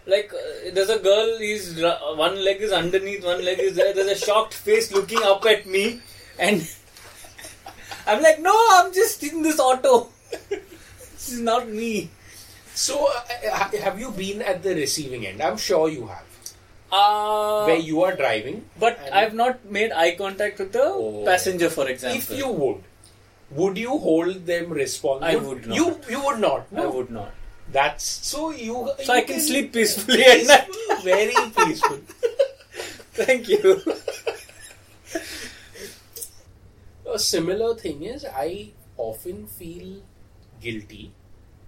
[SPEAKER 2] Like uh, there's a girl, he's ru- one leg is underneath, one leg is there. There's a shocked face looking up at me, and I'm like, no, I'm just in this auto. this is not me.
[SPEAKER 3] So uh, ha- have you been at the receiving end? I'm sure you have.
[SPEAKER 2] Uh,
[SPEAKER 3] Where you are driving.
[SPEAKER 2] but
[SPEAKER 3] and-
[SPEAKER 2] I've not made eye contact with the
[SPEAKER 3] Oh.
[SPEAKER 2] passenger, for example.
[SPEAKER 3] If you would, would you hold them responsible?
[SPEAKER 2] I would not.
[SPEAKER 3] You you would not.
[SPEAKER 2] I
[SPEAKER 3] no?
[SPEAKER 2] would not.
[SPEAKER 3] That's so you.
[SPEAKER 2] So
[SPEAKER 3] you
[SPEAKER 2] I can sleep peacefully at night.
[SPEAKER 3] Peaceful, very peaceful.
[SPEAKER 2] Thank you.
[SPEAKER 3] A similar thing is I often feel guilty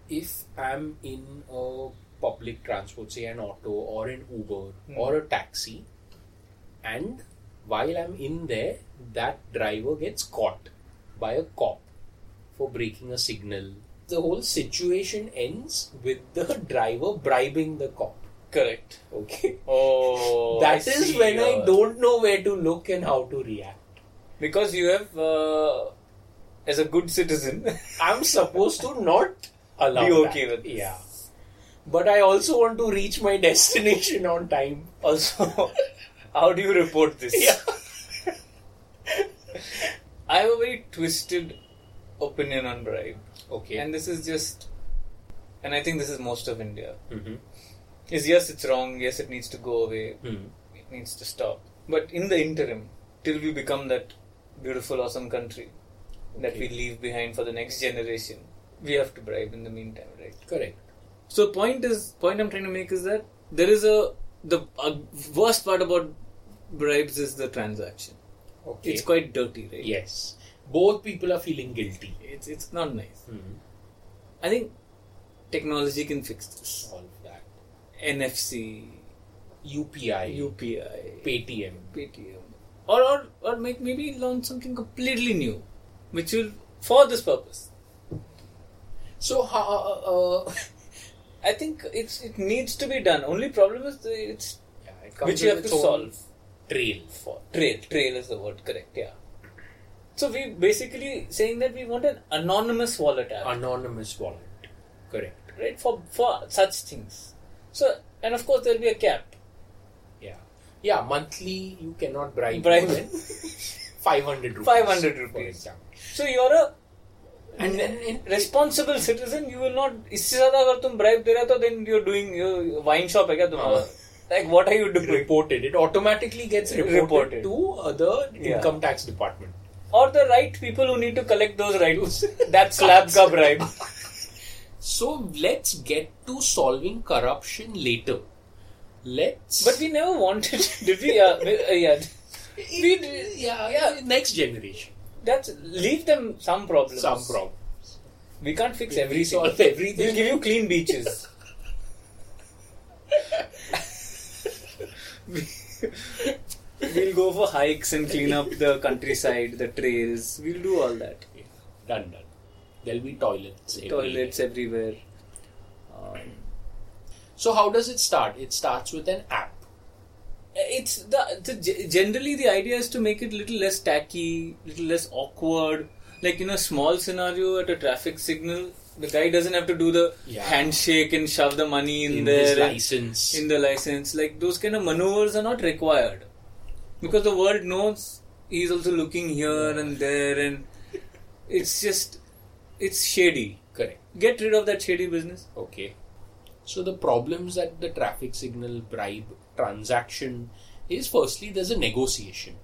[SPEAKER 3] if I'm in a public transport, say an auto or an Uber
[SPEAKER 2] Hmm.
[SPEAKER 3] or a taxi, and while I'm in there, that driver gets caught by a cop for breaking a signal. The whole situation ends with the driver bribing the cop.
[SPEAKER 2] Correct.
[SPEAKER 3] Okay.
[SPEAKER 2] Oh,
[SPEAKER 3] that is
[SPEAKER 2] see
[SPEAKER 3] when I
[SPEAKER 2] your-
[SPEAKER 3] don't know where to look and how to react.
[SPEAKER 2] because you have uh, as a good citizen.
[SPEAKER 3] I'm supposed to not allow.
[SPEAKER 2] Be okay
[SPEAKER 3] that.
[SPEAKER 2] with this.
[SPEAKER 3] Yeah. But I also want to reach my destination on time.
[SPEAKER 2] Also, how do you report this? I have a very twisted opinion on bribe.
[SPEAKER 3] Okay.
[SPEAKER 2] And this is just, and I think this is most of India.
[SPEAKER 3] Mhm.
[SPEAKER 2] Is yes, it's wrong. Yes, it needs to go away.
[SPEAKER 3] Hmm.
[SPEAKER 2] It needs to stop. But in the interim, till we become that beautiful, awesome country that we leave behind for the next generation, we have to bribe in the meantime, right?
[SPEAKER 3] Correct.
[SPEAKER 2] So point is point I'm trying to make is that there is a the uh, worst part about bribes is the transaction.
[SPEAKER 3] Okay.
[SPEAKER 2] It's quite dirty, right?
[SPEAKER 3] yes. Both people are feeling guilty.
[SPEAKER 2] It's it's not nice. I think technology can fix this.
[SPEAKER 3] All of that.
[SPEAKER 2] NFC,
[SPEAKER 3] UPI,
[SPEAKER 2] UPI,
[SPEAKER 3] Paytm.
[SPEAKER 2] Paytm, or or or make maybe launch something completely new, which will for this purpose.
[SPEAKER 3] So how? Uh, uh,
[SPEAKER 2] I think it's it needs to be done. Only problem is the, it's
[SPEAKER 3] yeah, it comes
[SPEAKER 2] which you
[SPEAKER 3] with
[SPEAKER 2] have to
[SPEAKER 3] its own
[SPEAKER 2] solve.
[SPEAKER 3] Trail.
[SPEAKER 2] for trail trail is the word correct yeah so we basically saying that we want an anonymous wallet app
[SPEAKER 3] Anonymous wallet. Correct.
[SPEAKER 2] right for for such things so and of course there'll be a cap
[SPEAKER 3] Yeah. Yeah. Monthly, you cannot bribe.
[SPEAKER 2] Bribe.
[SPEAKER 3] Five hundred rupees.
[SPEAKER 2] 500
[SPEAKER 3] for
[SPEAKER 2] rupees.
[SPEAKER 3] example.
[SPEAKER 2] so you're a
[SPEAKER 3] And then in
[SPEAKER 2] responsible citizen you will not इससे ज्यादा अगर तुम bribe दे रहे हो तो then you're doing you wine shop है क्या तुम्हारा like what are you doing
[SPEAKER 3] reported. It automatically gets reported,
[SPEAKER 2] Reported.
[SPEAKER 3] to uh, the
[SPEAKER 2] Yeah.
[SPEAKER 3] income tax department.
[SPEAKER 2] or the right people who need to collect those rights that slab का bribe
[SPEAKER 3] So let's get to solving corruption later. Let's.
[SPEAKER 2] but we never wanted did we yeah, we- uh, yeah
[SPEAKER 3] we yeah, yeah, next generation.
[SPEAKER 2] that's leave them some problems
[SPEAKER 3] Some problem.
[SPEAKER 2] We can't fix
[SPEAKER 3] We'll
[SPEAKER 2] everything.
[SPEAKER 3] resolve everything.
[SPEAKER 2] We'll give you clean beaches. We- we'll go for hikes and clean up the countryside, the trails. We'll do all that.
[SPEAKER 3] Done, done. There'll be toilets. everywhere.
[SPEAKER 2] Toilets everywhere.
[SPEAKER 3] So how does it start? It starts with an app.
[SPEAKER 2] It's the, the ge- generally the idea is to make it little less tacky, little less awkward, like you know, small scenario at a traffic signal, the guy doesn't have to do the
[SPEAKER 3] Yeah.
[SPEAKER 2] handshake and shove the money in,
[SPEAKER 3] in
[SPEAKER 2] there.
[SPEAKER 3] his
[SPEAKER 2] and-
[SPEAKER 3] license.
[SPEAKER 2] in the license. Like those kind of maneuvers are not required because the world knows he's also looking here and there, and it's just it's shady.
[SPEAKER 3] Correct.
[SPEAKER 2] Get rid of that shady business.
[SPEAKER 3] Okay. So the problems that the traffic signal bribe transaction is firstly there's a negotiation.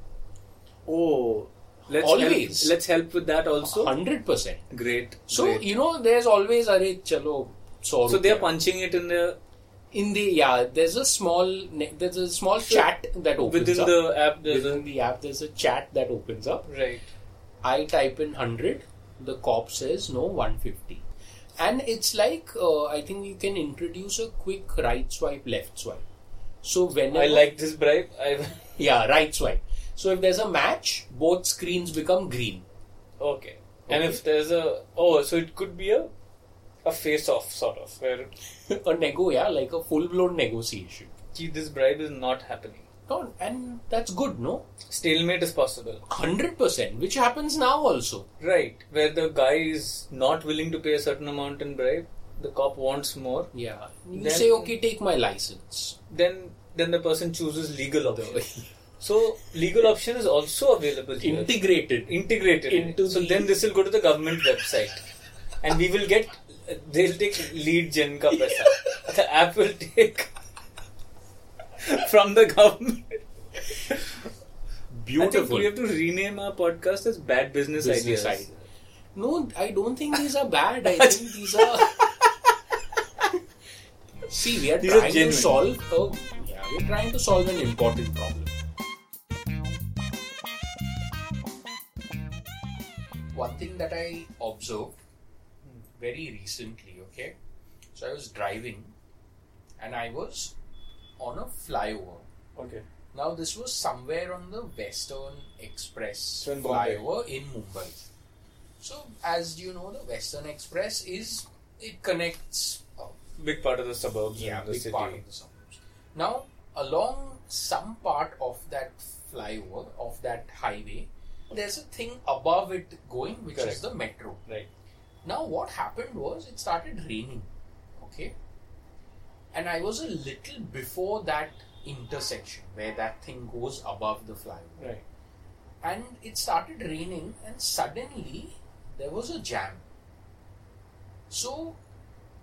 [SPEAKER 2] Oh, let's
[SPEAKER 3] Always.
[SPEAKER 2] Help, let's help with that also.
[SPEAKER 3] Hundred percent.
[SPEAKER 2] Great.
[SPEAKER 3] So
[SPEAKER 2] great.
[SPEAKER 3] you know there's always are chalo so
[SPEAKER 2] so they are punching it in the
[SPEAKER 3] in the yeah there's a small ne- there's a small chat that opens
[SPEAKER 2] within
[SPEAKER 3] up.
[SPEAKER 2] the app. There's
[SPEAKER 3] within the app there's a chat that opens up
[SPEAKER 2] a right.
[SPEAKER 3] I type in 100, the cop says no 150. And it's like, uh, I think you can introduce a quick right swipe, left swipe. So whenever.
[SPEAKER 2] I like this bribe. I
[SPEAKER 3] Yeah, right swipe. So if there's a match, both screens become green.
[SPEAKER 2] okay. And
[SPEAKER 3] Okay.
[SPEAKER 2] if there's a oh, so it could be a a face-off sort of where
[SPEAKER 3] a nego, yeah, like a full blown negotiation.
[SPEAKER 2] gee, this bribe is not happening.
[SPEAKER 3] No, and that's good, no?
[SPEAKER 2] Stalemate is possible.
[SPEAKER 3] 100%, which happens now also.
[SPEAKER 2] Right, where the guy is not willing to pay a certain amount in bribe, the cop wants more,
[SPEAKER 3] Yeah. You
[SPEAKER 2] Then-
[SPEAKER 3] say, okay, take my license.
[SPEAKER 2] then then the person chooses legal option. so legal option is also available here.
[SPEAKER 3] Integrated.
[SPEAKER 2] Integrated.
[SPEAKER 3] Into
[SPEAKER 2] so
[SPEAKER 3] the-
[SPEAKER 2] then this will go to the government website, and we will get. They'll take lead gen ka paisa. the app will take from the government. I think
[SPEAKER 3] Beautiful.
[SPEAKER 2] we have to rename our podcast as Bad Business,
[SPEAKER 3] business
[SPEAKER 2] Ideas.
[SPEAKER 3] idea. No, I don't think these are bad. I think these are. See, we are
[SPEAKER 2] These are
[SPEAKER 3] trying to
[SPEAKER 2] genuine.
[SPEAKER 3] solve. A, yeah, we're trying to solve an important problem. One thing that I observed very recently, okay, so I was driving, and I was on a flyover.
[SPEAKER 2] Okay.
[SPEAKER 3] Now this was somewhere on the Western Express
[SPEAKER 2] So in Bombay.
[SPEAKER 3] flyover in Mumbai. So as you know, the Western Express is it connects uh,
[SPEAKER 2] Big part of the suburbs. and the
[SPEAKER 3] big
[SPEAKER 2] city.
[SPEAKER 3] part of the suburbs. Now along some part of that flyover of that highway, there's a thing above it going which is
[SPEAKER 2] Correct.
[SPEAKER 3] the metro.
[SPEAKER 2] Right.
[SPEAKER 3] Now, what happened was it started raining, okay? And I was a little before that intersection where that thing goes above the flyover.
[SPEAKER 2] Right.
[SPEAKER 3] And it started raining, and suddenly there was a jam. So,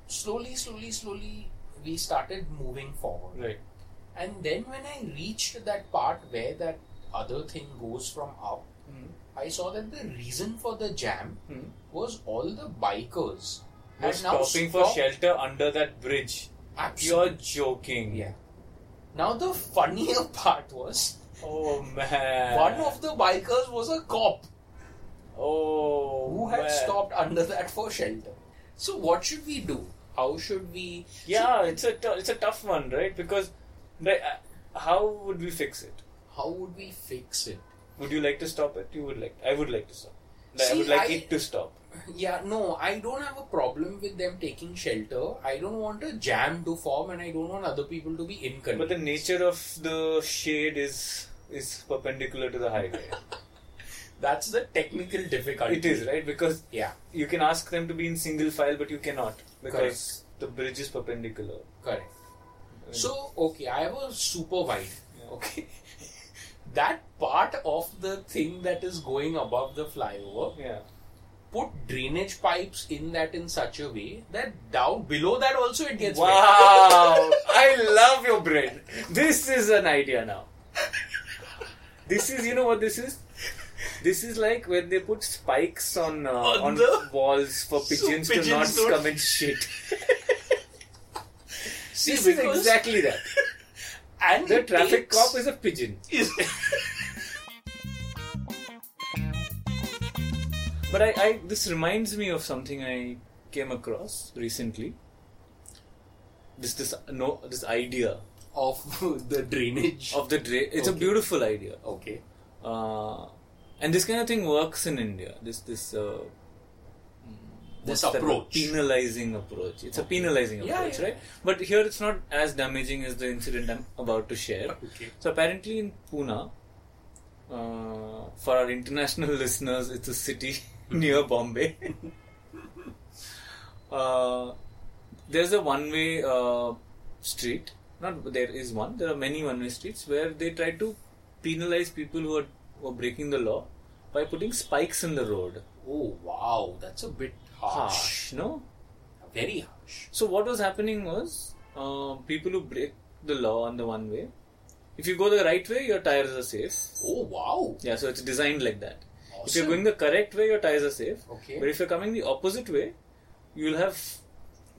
[SPEAKER 3] slowly, slowly, slowly, we started moving forward.
[SPEAKER 2] Right.
[SPEAKER 3] And then, when I reached that part where that other thing goes from up,
[SPEAKER 2] Mhm.
[SPEAKER 3] I saw that the reason for the jam
[SPEAKER 2] Hmm.
[SPEAKER 3] was all the bikers
[SPEAKER 2] You're
[SPEAKER 3] had now
[SPEAKER 2] stopping for
[SPEAKER 3] stopped-
[SPEAKER 2] shelter under that bridge. You're
[SPEAKER 3] Absolutely.
[SPEAKER 2] joking.
[SPEAKER 3] Yeah. Now the funnier part was
[SPEAKER 2] Oh man.
[SPEAKER 3] one of the bikers was a cop
[SPEAKER 2] oh
[SPEAKER 3] who had
[SPEAKER 2] man.
[SPEAKER 3] stopped under that for shelter. So what should we do? How should we?
[SPEAKER 2] Yeah, it's a t- it's a tough one, right? Because right, uh, how would we fix it?
[SPEAKER 3] How would we fix it?
[SPEAKER 2] Would you like to stop it? You would like. I would like to stop. Like, I
[SPEAKER 3] See,
[SPEAKER 2] would like
[SPEAKER 3] I-
[SPEAKER 2] it to stop.
[SPEAKER 3] Yeah, no, I don't have a problem with them taking shelter. I don't want a jam to form, and I don't want other people to be inconvenienced.
[SPEAKER 2] But the nature of the shade is is perpendicular to the highway.
[SPEAKER 3] that's the technical difficulty.
[SPEAKER 2] it is right because
[SPEAKER 3] Yeah,
[SPEAKER 2] you can ask them to be in single file, but you cannot because the bridge is perpendicular.
[SPEAKER 3] correct. So okay, I have a super wide. Okay, that part of the thing that is going above the flyover,
[SPEAKER 2] Yeah.
[SPEAKER 3] put drainage pipes in that in such a way that down below that also it gets wet.
[SPEAKER 2] Wow! I love your brain. This is an idea now. This is, you know what this is? This is like when they put spikes on uh,
[SPEAKER 3] On
[SPEAKER 2] on,
[SPEAKER 3] the-
[SPEAKER 2] walls for pigeons,
[SPEAKER 3] pigeons
[SPEAKER 2] to not
[SPEAKER 3] don't-
[SPEAKER 2] come and shit.
[SPEAKER 3] See,
[SPEAKER 2] This is
[SPEAKER 3] because-
[SPEAKER 2] exactly that.
[SPEAKER 3] and
[SPEAKER 2] The
[SPEAKER 3] it
[SPEAKER 2] traffic
[SPEAKER 3] takes-
[SPEAKER 2] cop is a pigeon. But I, I this reminds me of something I came across recently. This this no this idea
[SPEAKER 3] of the drainage.
[SPEAKER 2] of the dra- it's a
[SPEAKER 3] Okay.
[SPEAKER 2] beautiful idea.
[SPEAKER 3] okay,
[SPEAKER 2] uh, and this kind of thing works in India. This this uh,
[SPEAKER 3] this
[SPEAKER 2] what's that word?
[SPEAKER 3] approach.
[SPEAKER 2] penalizing approach. It's a penalizing
[SPEAKER 3] Yeah,
[SPEAKER 2] approach,
[SPEAKER 3] yeah.
[SPEAKER 2] right? But here it's not as damaging as the incident I'm about to share.
[SPEAKER 3] Okay.
[SPEAKER 2] So apparently in Pune, uh, for our international listeners, it's a city near Bombay. uh, there's a one-way uh, street. Not there is one. There are many one-way streets where they try to penalize people who are, who are breaking the law by putting spikes in the road.
[SPEAKER 3] Oh wow, that's a bit harsh.
[SPEAKER 2] Harsh, no?
[SPEAKER 3] Very harsh.
[SPEAKER 2] So what was happening was uh, people who break the law on the one way. If you go the right way, your tires are safe.
[SPEAKER 3] Oh wow.
[SPEAKER 2] Yeah, so it's designed like that. If
[SPEAKER 3] Awesome.
[SPEAKER 2] you're going the correct way, your tires are safe.
[SPEAKER 3] Okay.
[SPEAKER 2] But if you're coming the opposite way, you'll have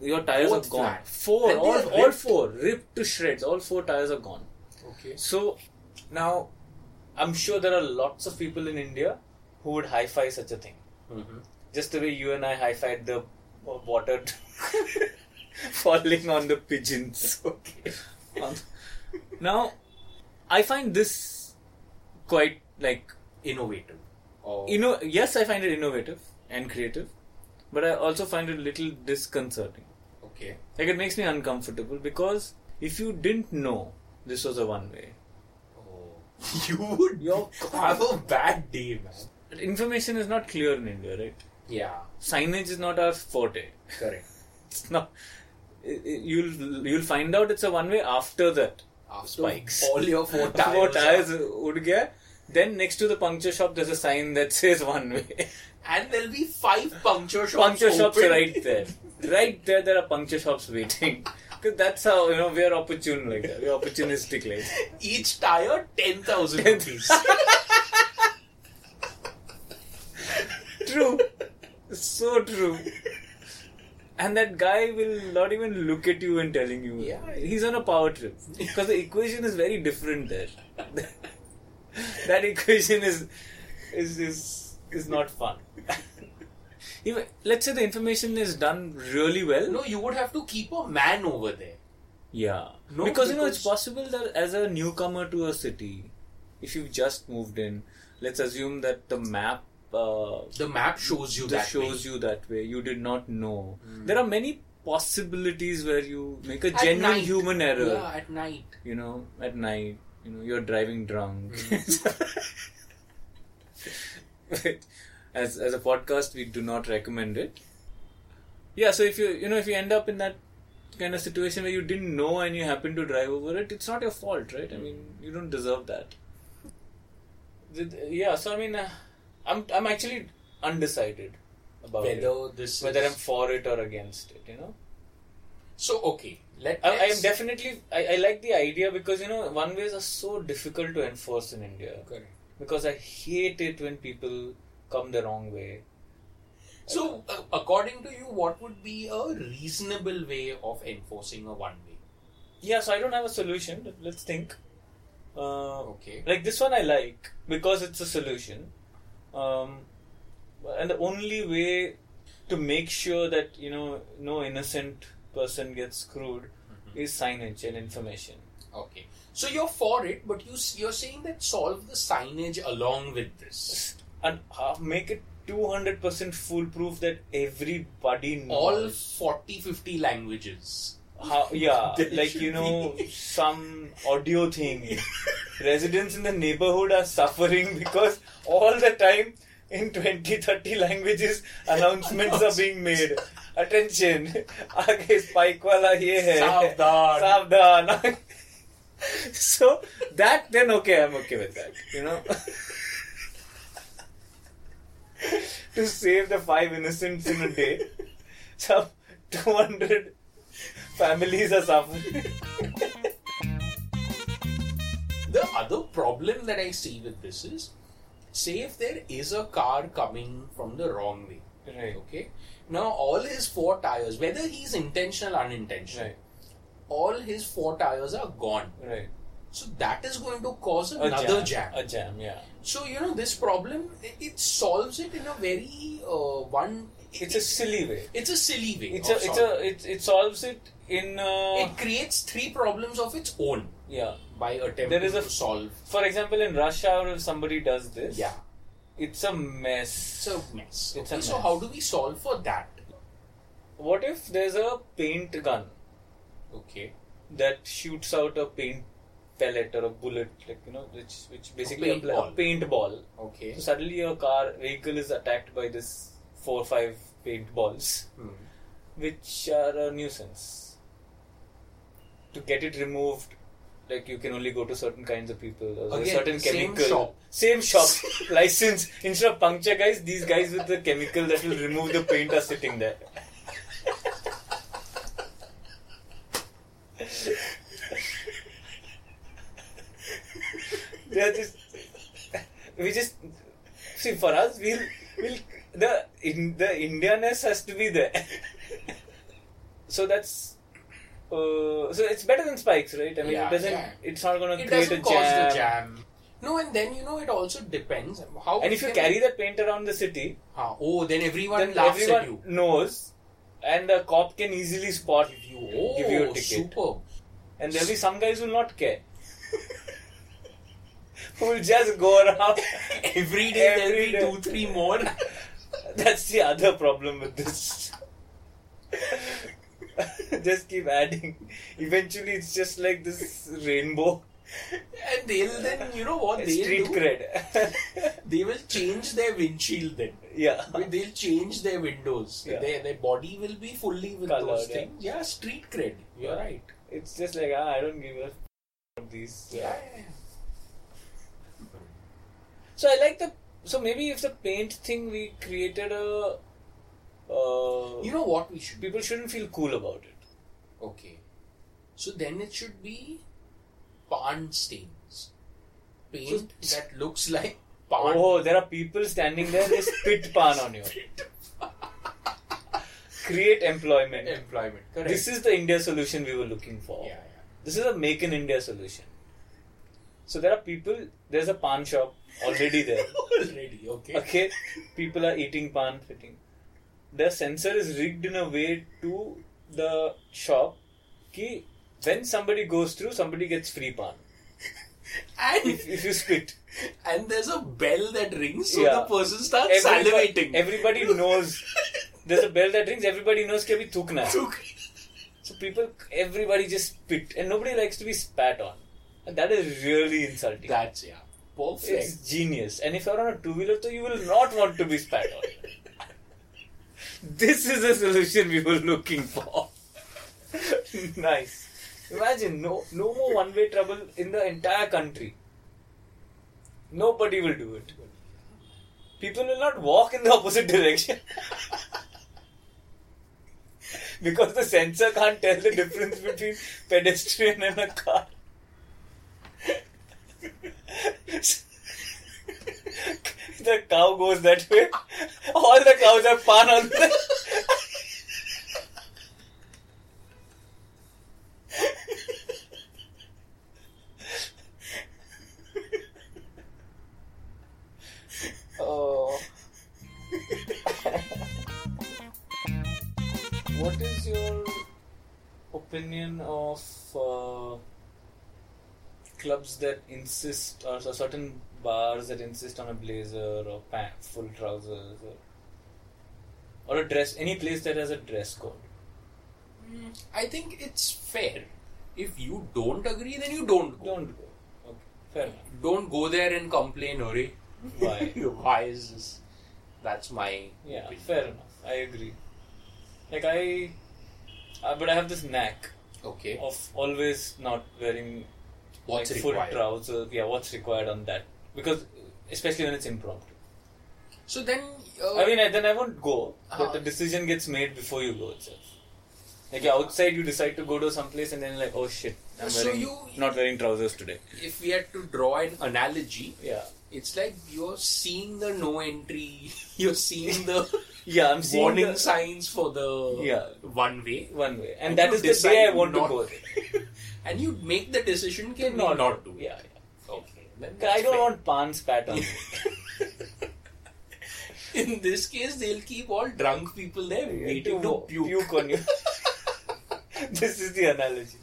[SPEAKER 2] your tires
[SPEAKER 3] Both
[SPEAKER 2] are gone.
[SPEAKER 3] flat.
[SPEAKER 2] Four,
[SPEAKER 3] And they
[SPEAKER 2] all,
[SPEAKER 3] are
[SPEAKER 2] all
[SPEAKER 3] ripped.
[SPEAKER 2] four ripped to shreds. All four tires are gone.
[SPEAKER 3] Okay.
[SPEAKER 2] So now, I'm sure there are lots of people in India who would hi-fi such a thing. Just the way you and I hi-fied the uh, water falling on the pigeons. Okay. Um, now, I find this quite like
[SPEAKER 3] Innovative. Oh, Or
[SPEAKER 2] Inno- yes, I find it innovative and creative, but I also find it a little disconcerting.
[SPEAKER 3] okay.
[SPEAKER 2] Like it makes me uncomfortable because if you didn't know this was a one way,
[SPEAKER 3] Oh. You would
[SPEAKER 2] Your
[SPEAKER 3] have a bad day, man.
[SPEAKER 2] information is not clear in India, right?
[SPEAKER 3] Yeah,
[SPEAKER 2] Signage is not our forte.
[SPEAKER 3] correct.
[SPEAKER 2] It's not. i- i- You'll you'll find out it's a one way after that.
[SPEAKER 3] After
[SPEAKER 2] Spikes.
[SPEAKER 3] all your four tires.
[SPEAKER 2] Four
[SPEAKER 3] are-
[SPEAKER 2] tires would get. Then next to the puncture shop, there's a sign that says one way.
[SPEAKER 3] And there'll be five puncture shops.
[SPEAKER 2] puncture shops
[SPEAKER 3] open.
[SPEAKER 2] are right there. Right there, there are puncture shops waiting. Because that's how, you know, we are opportune like that. We are opportunistic like that.
[SPEAKER 3] Each tire, 10,000 rupees.
[SPEAKER 2] True. So true. And that guy will not even look at you and telling you.
[SPEAKER 3] Yeah.
[SPEAKER 2] He's on a power trip. Because the equation is very different there. that equation is is is is not fun. Even, let's say the information is done really well.
[SPEAKER 3] no, you would have to keep a man over there.
[SPEAKER 2] Yeah.
[SPEAKER 3] No,
[SPEAKER 2] because, you know, it's
[SPEAKER 3] because-
[SPEAKER 2] possible that as a newcomer to a city, if you've just moved in, let's assume that the map uh,
[SPEAKER 3] The map shows you
[SPEAKER 2] that
[SPEAKER 3] that.
[SPEAKER 2] shows you that way. Hmm. You did not know. There are many possibilities where you make a
[SPEAKER 3] At
[SPEAKER 2] genuine
[SPEAKER 3] night.
[SPEAKER 2] human error.
[SPEAKER 3] Yeah, at night.
[SPEAKER 2] You know, at night, you know, you're driving drunk. as as a podcast, we do not recommend it. Yeah, so if you you know if you end up in that kind of situation where you didn't know and you happen to drive over it, it's not your fault, right? I mean, you don't deserve that. Th- th- Yeah, so I mean, uh, I'm I'm actually undecided about it.
[SPEAKER 3] Whether this
[SPEAKER 2] whether I'm
[SPEAKER 3] is...
[SPEAKER 2] for it or against it. You know.
[SPEAKER 3] So, okay. Let,
[SPEAKER 2] I, I am
[SPEAKER 3] let's-
[SPEAKER 2] definitely I, I like the idea because you know one ways are so difficult to enforce in India
[SPEAKER 3] Correct.
[SPEAKER 2] because I hate it when people come the wrong way.
[SPEAKER 3] So, uh, according to you, what would be a reasonable way of enforcing a one way?
[SPEAKER 2] Yeah, so I don't have a solution. Let's think. Uh,
[SPEAKER 3] Okay.
[SPEAKER 2] Like this one I like because it's a solution, um, and the only way to make sure that you know no innocent person gets screwed is signage and information.
[SPEAKER 3] Okay. So you're for it, but you s- you're saying that solve the signage along with this.
[SPEAKER 2] and uh, make it 200% foolproof that everybody knows.
[SPEAKER 3] All 40, 50 languages.
[SPEAKER 2] How, yeah,
[SPEAKER 3] There
[SPEAKER 2] like
[SPEAKER 3] should
[SPEAKER 2] you know,
[SPEAKER 3] be.
[SPEAKER 2] some audio thing. Residents in the neighborhood are suffering because all the time in 20, 30 languages announcements are being made. Attention, आगे spike वाला ये है.
[SPEAKER 3] सावधान.
[SPEAKER 2] सावधान. so that then okay, I'm okay with that. You know. to save the five innocents in a day, some 200 families are suffering.
[SPEAKER 3] The other problem that I see with this is say if there is a car coming from the wrong way.
[SPEAKER 2] Right.
[SPEAKER 3] Okay. Now, all his four tires, whether he's intentional or unintentional,
[SPEAKER 2] Right,
[SPEAKER 3] all his four tires are gone.
[SPEAKER 2] right.
[SPEAKER 3] So that is going to cause
[SPEAKER 2] A
[SPEAKER 3] another jam.
[SPEAKER 2] A jam, yeah.
[SPEAKER 3] So, you know, this problem, it, it solves it in a very uh, one.
[SPEAKER 2] It's a silly way.
[SPEAKER 3] It's a silly way.
[SPEAKER 2] It's a,
[SPEAKER 3] of
[SPEAKER 2] it's
[SPEAKER 3] solving.
[SPEAKER 2] a, it, it solves it in, uh,
[SPEAKER 3] It creates three problems of its own
[SPEAKER 2] yeah.
[SPEAKER 3] by attempting
[SPEAKER 2] There is a-
[SPEAKER 3] to solve.
[SPEAKER 2] For example, in rush hour, if somebody does this,
[SPEAKER 3] Yeah,
[SPEAKER 2] it's a
[SPEAKER 3] it's
[SPEAKER 2] mess.
[SPEAKER 3] a mess.
[SPEAKER 2] It's a
[SPEAKER 3] okay, so
[SPEAKER 2] mess.
[SPEAKER 3] how do we solve for that?
[SPEAKER 2] What if there's a paint gun
[SPEAKER 3] Okay,
[SPEAKER 2] that shoots out a paint pellet or a bullet, like you know, which which basically
[SPEAKER 3] paintball.
[SPEAKER 2] apply- a paintball.
[SPEAKER 3] Okay.
[SPEAKER 2] So suddenly your car vehicle is attacked by this four or five paintballs,
[SPEAKER 3] Hmm.
[SPEAKER 2] which are a nuisance. To get it removed, like you can only go to certain kinds of people or
[SPEAKER 3] Again,
[SPEAKER 2] certain
[SPEAKER 3] same
[SPEAKER 2] chemical.
[SPEAKER 3] shop.
[SPEAKER 2] Same shop license. Instead of puncture guys, these guys with the chemical that will remove the paint are sitting there. they are just we just see for us we'll we'll the in the Indianness has to be there. so that's uh, so it's better than spikes, right? I mean,
[SPEAKER 3] Yeah,
[SPEAKER 2] it doesn't.
[SPEAKER 3] yeah.
[SPEAKER 2] It's not going to
[SPEAKER 3] It
[SPEAKER 2] create a
[SPEAKER 3] doesn't
[SPEAKER 2] jam.
[SPEAKER 3] cause the jam. No, and then you know it also depends how.
[SPEAKER 2] And if you
[SPEAKER 3] can-
[SPEAKER 2] carry that paint around the city,
[SPEAKER 3] Ah, oh, then everyone
[SPEAKER 2] then
[SPEAKER 3] laughs
[SPEAKER 2] everyone
[SPEAKER 3] at you.
[SPEAKER 2] knows, and the cop can easily spot
[SPEAKER 3] Give you, oh,
[SPEAKER 2] give you a ticket.
[SPEAKER 3] superb.
[SPEAKER 2] And there'll be some guys who will not care. who will just go around.
[SPEAKER 3] Every day
[SPEAKER 2] Every
[SPEAKER 3] there'll
[SPEAKER 2] day.
[SPEAKER 3] be two, three more.
[SPEAKER 2] That's the other problem with this. just keep adding. Eventually, it's just like this rainbow.
[SPEAKER 3] and they'll then, you know what they'll
[SPEAKER 2] Street
[SPEAKER 3] do?
[SPEAKER 2] cred.
[SPEAKER 3] They will change their windshield then.
[SPEAKER 2] yeah.
[SPEAKER 3] They'll change their windows.
[SPEAKER 2] Yeah.
[SPEAKER 3] Their, their body will be fully with
[SPEAKER 2] Coloured,
[SPEAKER 3] those
[SPEAKER 2] yeah.
[SPEAKER 3] things. Yeah, street cred. You're
[SPEAKER 2] Yeah.
[SPEAKER 3] right.
[SPEAKER 2] It's just like, ah, I don't give a f- about these.
[SPEAKER 3] Yeah. yeah,
[SPEAKER 2] So I like the. So maybe if the paint thing we created a. Uh,
[SPEAKER 3] yeah. You know what we should do?
[SPEAKER 2] people shouldn't feel cool about it.
[SPEAKER 3] Okay. So then it should be pawn stains. Paint that looks like pawn.
[SPEAKER 2] Oh, there are people standing there, they spit pan on you. Create employment.
[SPEAKER 3] Employment. Correct.
[SPEAKER 2] This is the India solution we were looking for.
[SPEAKER 3] yeah, yeah.
[SPEAKER 2] This is a make in India solution. So there are people, there's a pan shop already there.
[SPEAKER 3] Already, okay.
[SPEAKER 2] Okay, people are eating pan fitting. The sensor is rigged in a way to the shop ki when somebody goes through, somebody gets free pan.
[SPEAKER 3] And
[SPEAKER 2] If, if you spit,
[SPEAKER 3] and there's a bell that rings, so
[SPEAKER 2] Yeah.
[SPEAKER 3] the person starts
[SPEAKER 2] Everybody-
[SPEAKER 3] salivating.
[SPEAKER 2] Everybody knows. There's a bell that rings. Everybody knows कि अभी थूकना है. So people, everybody just spit, and nobody likes to be spat on. And that is really insulting.
[SPEAKER 3] That's yeah. Perfect.
[SPEAKER 2] it's genius. And if you're on a two-wheeler, so you will not want to be spat on. this is the solution we were looking for. nice. Imagine no no more one-way trouble in the entire country. Nobody will do it. People will not walk in the opposite direction. because the sensor can't tell the difference between pedestrian and a car. the cow goes that way. All the cows are pan on the Oh. what is your opinion of uh, clubs that insist, or so certain bars that insist on a blazer or pant, full trousers, or, or a dress? Any place that has a dress code.
[SPEAKER 3] I think it's fair. If you don't agree, then you don't go.
[SPEAKER 2] Don't go. Okay, fair enough.
[SPEAKER 3] Don't go there and complain, Ori.
[SPEAKER 2] Why?
[SPEAKER 3] Why is this? That's my
[SPEAKER 2] Yeah,
[SPEAKER 3] opinion.
[SPEAKER 2] fair enough. I agree. Like I, uh, but I have this knack
[SPEAKER 3] Okay.
[SPEAKER 2] of always not wearing
[SPEAKER 3] What's
[SPEAKER 2] like,
[SPEAKER 3] required?
[SPEAKER 2] full trousers. Yeah, what's required on that? Because especially when it's impromptu.
[SPEAKER 3] So then, uh,
[SPEAKER 2] I mean, I- then I won't go. But
[SPEAKER 3] Uh-huh.
[SPEAKER 2] the decision gets made before you go itself. Like you're outside, you decide to go to some place, and then like, oh shit, I'm
[SPEAKER 3] So
[SPEAKER 2] wearing,
[SPEAKER 3] you-
[SPEAKER 2] not wearing trousers today.
[SPEAKER 3] if we had to draw an analogy,
[SPEAKER 2] Yeah,
[SPEAKER 3] it's like you're seeing the no entry. You're seeing the
[SPEAKER 2] yeah, I'm seeing
[SPEAKER 3] warning
[SPEAKER 2] the-
[SPEAKER 3] signs for the
[SPEAKER 2] Yeah.
[SPEAKER 3] one way,
[SPEAKER 2] one way, and
[SPEAKER 3] And
[SPEAKER 2] that
[SPEAKER 3] you
[SPEAKER 2] is the day I
[SPEAKER 3] decide
[SPEAKER 2] want to
[SPEAKER 3] not-
[SPEAKER 2] go.
[SPEAKER 3] and you make the decision. Can we
[SPEAKER 2] Not-
[SPEAKER 3] not do? it?
[SPEAKER 2] Yeah,
[SPEAKER 3] Okay. Then
[SPEAKER 2] yeah. I
[SPEAKER 3] that's
[SPEAKER 2] don't
[SPEAKER 3] fair.
[SPEAKER 2] want pan spat on. me.
[SPEAKER 3] In this case, they'll keep all drunk people there waiting to
[SPEAKER 2] wo-
[SPEAKER 3] puke.
[SPEAKER 2] on you. this is the analogy.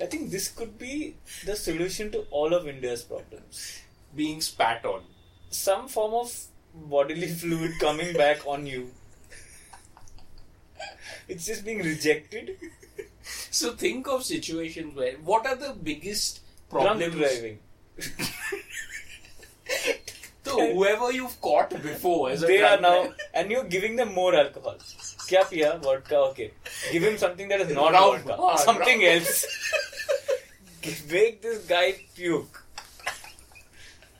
[SPEAKER 2] I think this could be the solution to all of India's problems.
[SPEAKER 3] being spat on.
[SPEAKER 2] Some form of bodily fluid coming back on you. It's just being rejected.
[SPEAKER 3] So think of situations where what are the biggest
[SPEAKER 2] Drunk
[SPEAKER 3] problems.
[SPEAKER 2] driving.
[SPEAKER 3] So whoever you've caught before is a
[SPEAKER 2] They are
[SPEAKER 3] drunk
[SPEAKER 2] now,
[SPEAKER 3] driver.
[SPEAKER 2] and you're giving them more alcohol. Kya piya? Vodka. Okay. Give him something that is not
[SPEAKER 3] Round.
[SPEAKER 2] vodka.
[SPEAKER 3] Ah,
[SPEAKER 2] something
[SPEAKER 3] round.
[SPEAKER 2] else. Make this guy puke.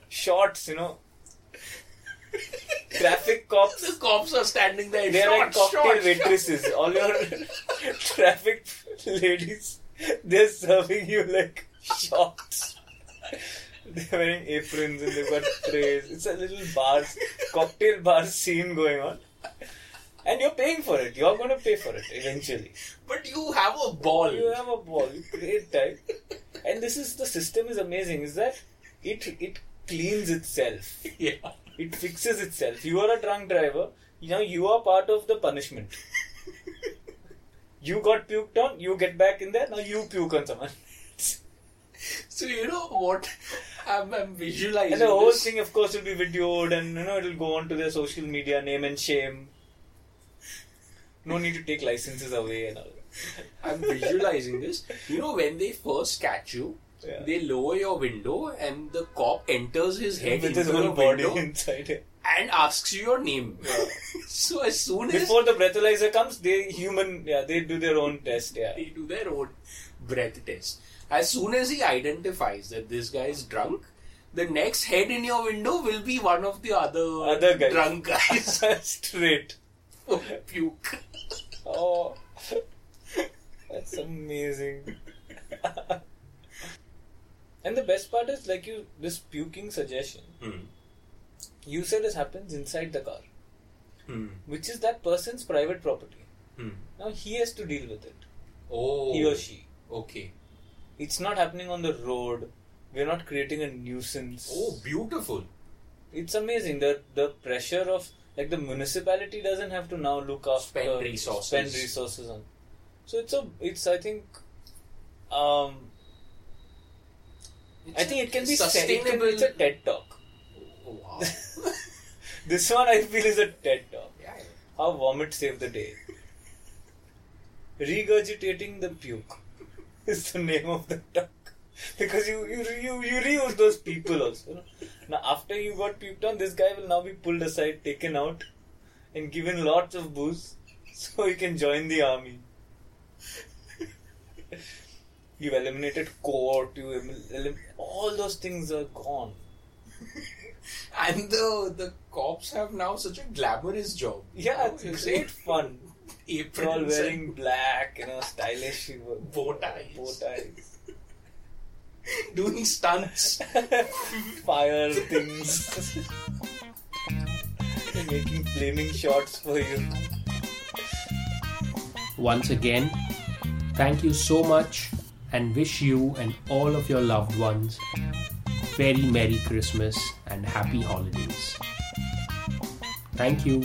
[SPEAKER 2] Shots, you know. Traffic cops.
[SPEAKER 3] The cops are standing there.
[SPEAKER 2] They are like
[SPEAKER 3] short,
[SPEAKER 2] cocktail
[SPEAKER 3] short,
[SPEAKER 2] waitresses. All your traffic ladies, they're serving you like shots. They're wearing aprons and they've got trays. It's a little bar, cocktail bar scene going on. And you're paying for it. You're going to pay for it eventually.
[SPEAKER 3] But you have a ball.
[SPEAKER 2] You have a ball. Great time. And this is the system is amazing. Is that it? It cleans itself.
[SPEAKER 3] Yeah.
[SPEAKER 2] It fixes itself. You are a drunk driver. Now you are part of the punishment. you got puked on. You get back in there. Now you puke on someone.
[SPEAKER 3] So you know what? I'm, I'm visualizing.
[SPEAKER 2] And the whole
[SPEAKER 3] this.
[SPEAKER 2] thing, of course, will be videoed, and you know it'll go on to their social media, name and shame. No need to take licenses away and all.
[SPEAKER 3] I'm visualizing this. You know when they first catch you,
[SPEAKER 2] Yeah.
[SPEAKER 3] they lower your window and the cop enters his head
[SPEAKER 2] With
[SPEAKER 3] into
[SPEAKER 2] his whole
[SPEAKER 3] the
[SPEAKER 2] body
[SPEAKER 3] window
[SPEAKER 2] inside it.
[SPEAKER 3] and asks you your name. so as soon as
[SPEAKER 2] Before the breathalyzer comes, they human, yeah, they do their own test, yeah.
[SPEAKER 3] they do their own breath test, as soon as he identifies that this guy is drunk, the next head in your window will be one of the other
[SPEAKER 2] Other guys.
[SPEAKER 3] drunk guys
[SPEAKER 2] Straight.
[SPEAKER 3] who puke.
[SPEAKER 2] Oh, that's amazing. and the best part is, like you, this puking suggestion. You said this happens inside the car, which is that person's private property. Now he has to deal with it,
[SPEAKER 3] Oh,
[SPEAKER 2] he or she.
[SPEAKER 3] Okay.
[SPEAKER 2] It's not happening on the road. We're not creating a nuisance.
[SPEAKER 3] Oh, beautiful.
[SPEAKER 2] It's amazing that the pressure of like the municipality doesn't have to now look after
[SPEAKER 3] Spend resources.
[SPEAKER 2] spend resources on. So it's a it's I think um I think it can be said- it can-
[SPEAKER 3] sustainable.
[SPEAKER 2] It's a TED talk.
[SPEAKER 3] Oh, Wow.
[SPEAKER 2] This one I feel is a TED talk.
[SPEAKER 3] yeah.
[SPEAKER 2] How vomit saved the day. Regurgitating the puke is the name of the talk. Because you you you, you reuse those people also. you know. Now after you got puked on, this guy will now be pulled aside, taken out, and given lots of booze so he can join the army. You've eliminated court, you elim- elim- all those things are gone.
[SPEAKER 3] And the the cops have now such a glamorous job.
[SPEAKER 2] Yeah,
[SPEAKER 3] Oh, You know,
[SPEAKER 2] it's
[SPEAKER 3] you
[SPEAKER 2] great
[SPEAKER 3] see
[SPEAKER 2] fun. They're all
[SPEAKER 3] Aprons
[SPEAKER 2] wearing black, you know, stylish
[SPEAKER 3] and bow ties,
[SPEAKER 2] bow ties,
[SPEAKER 3] doing stunts.
[SPEAKER 2] fire things, They're making flaming shots for you.
[SPEAKER 1] Once again, thank you so much and wish you and all of your loved ones very Merry Christmas and Happy Holidays. Thank you.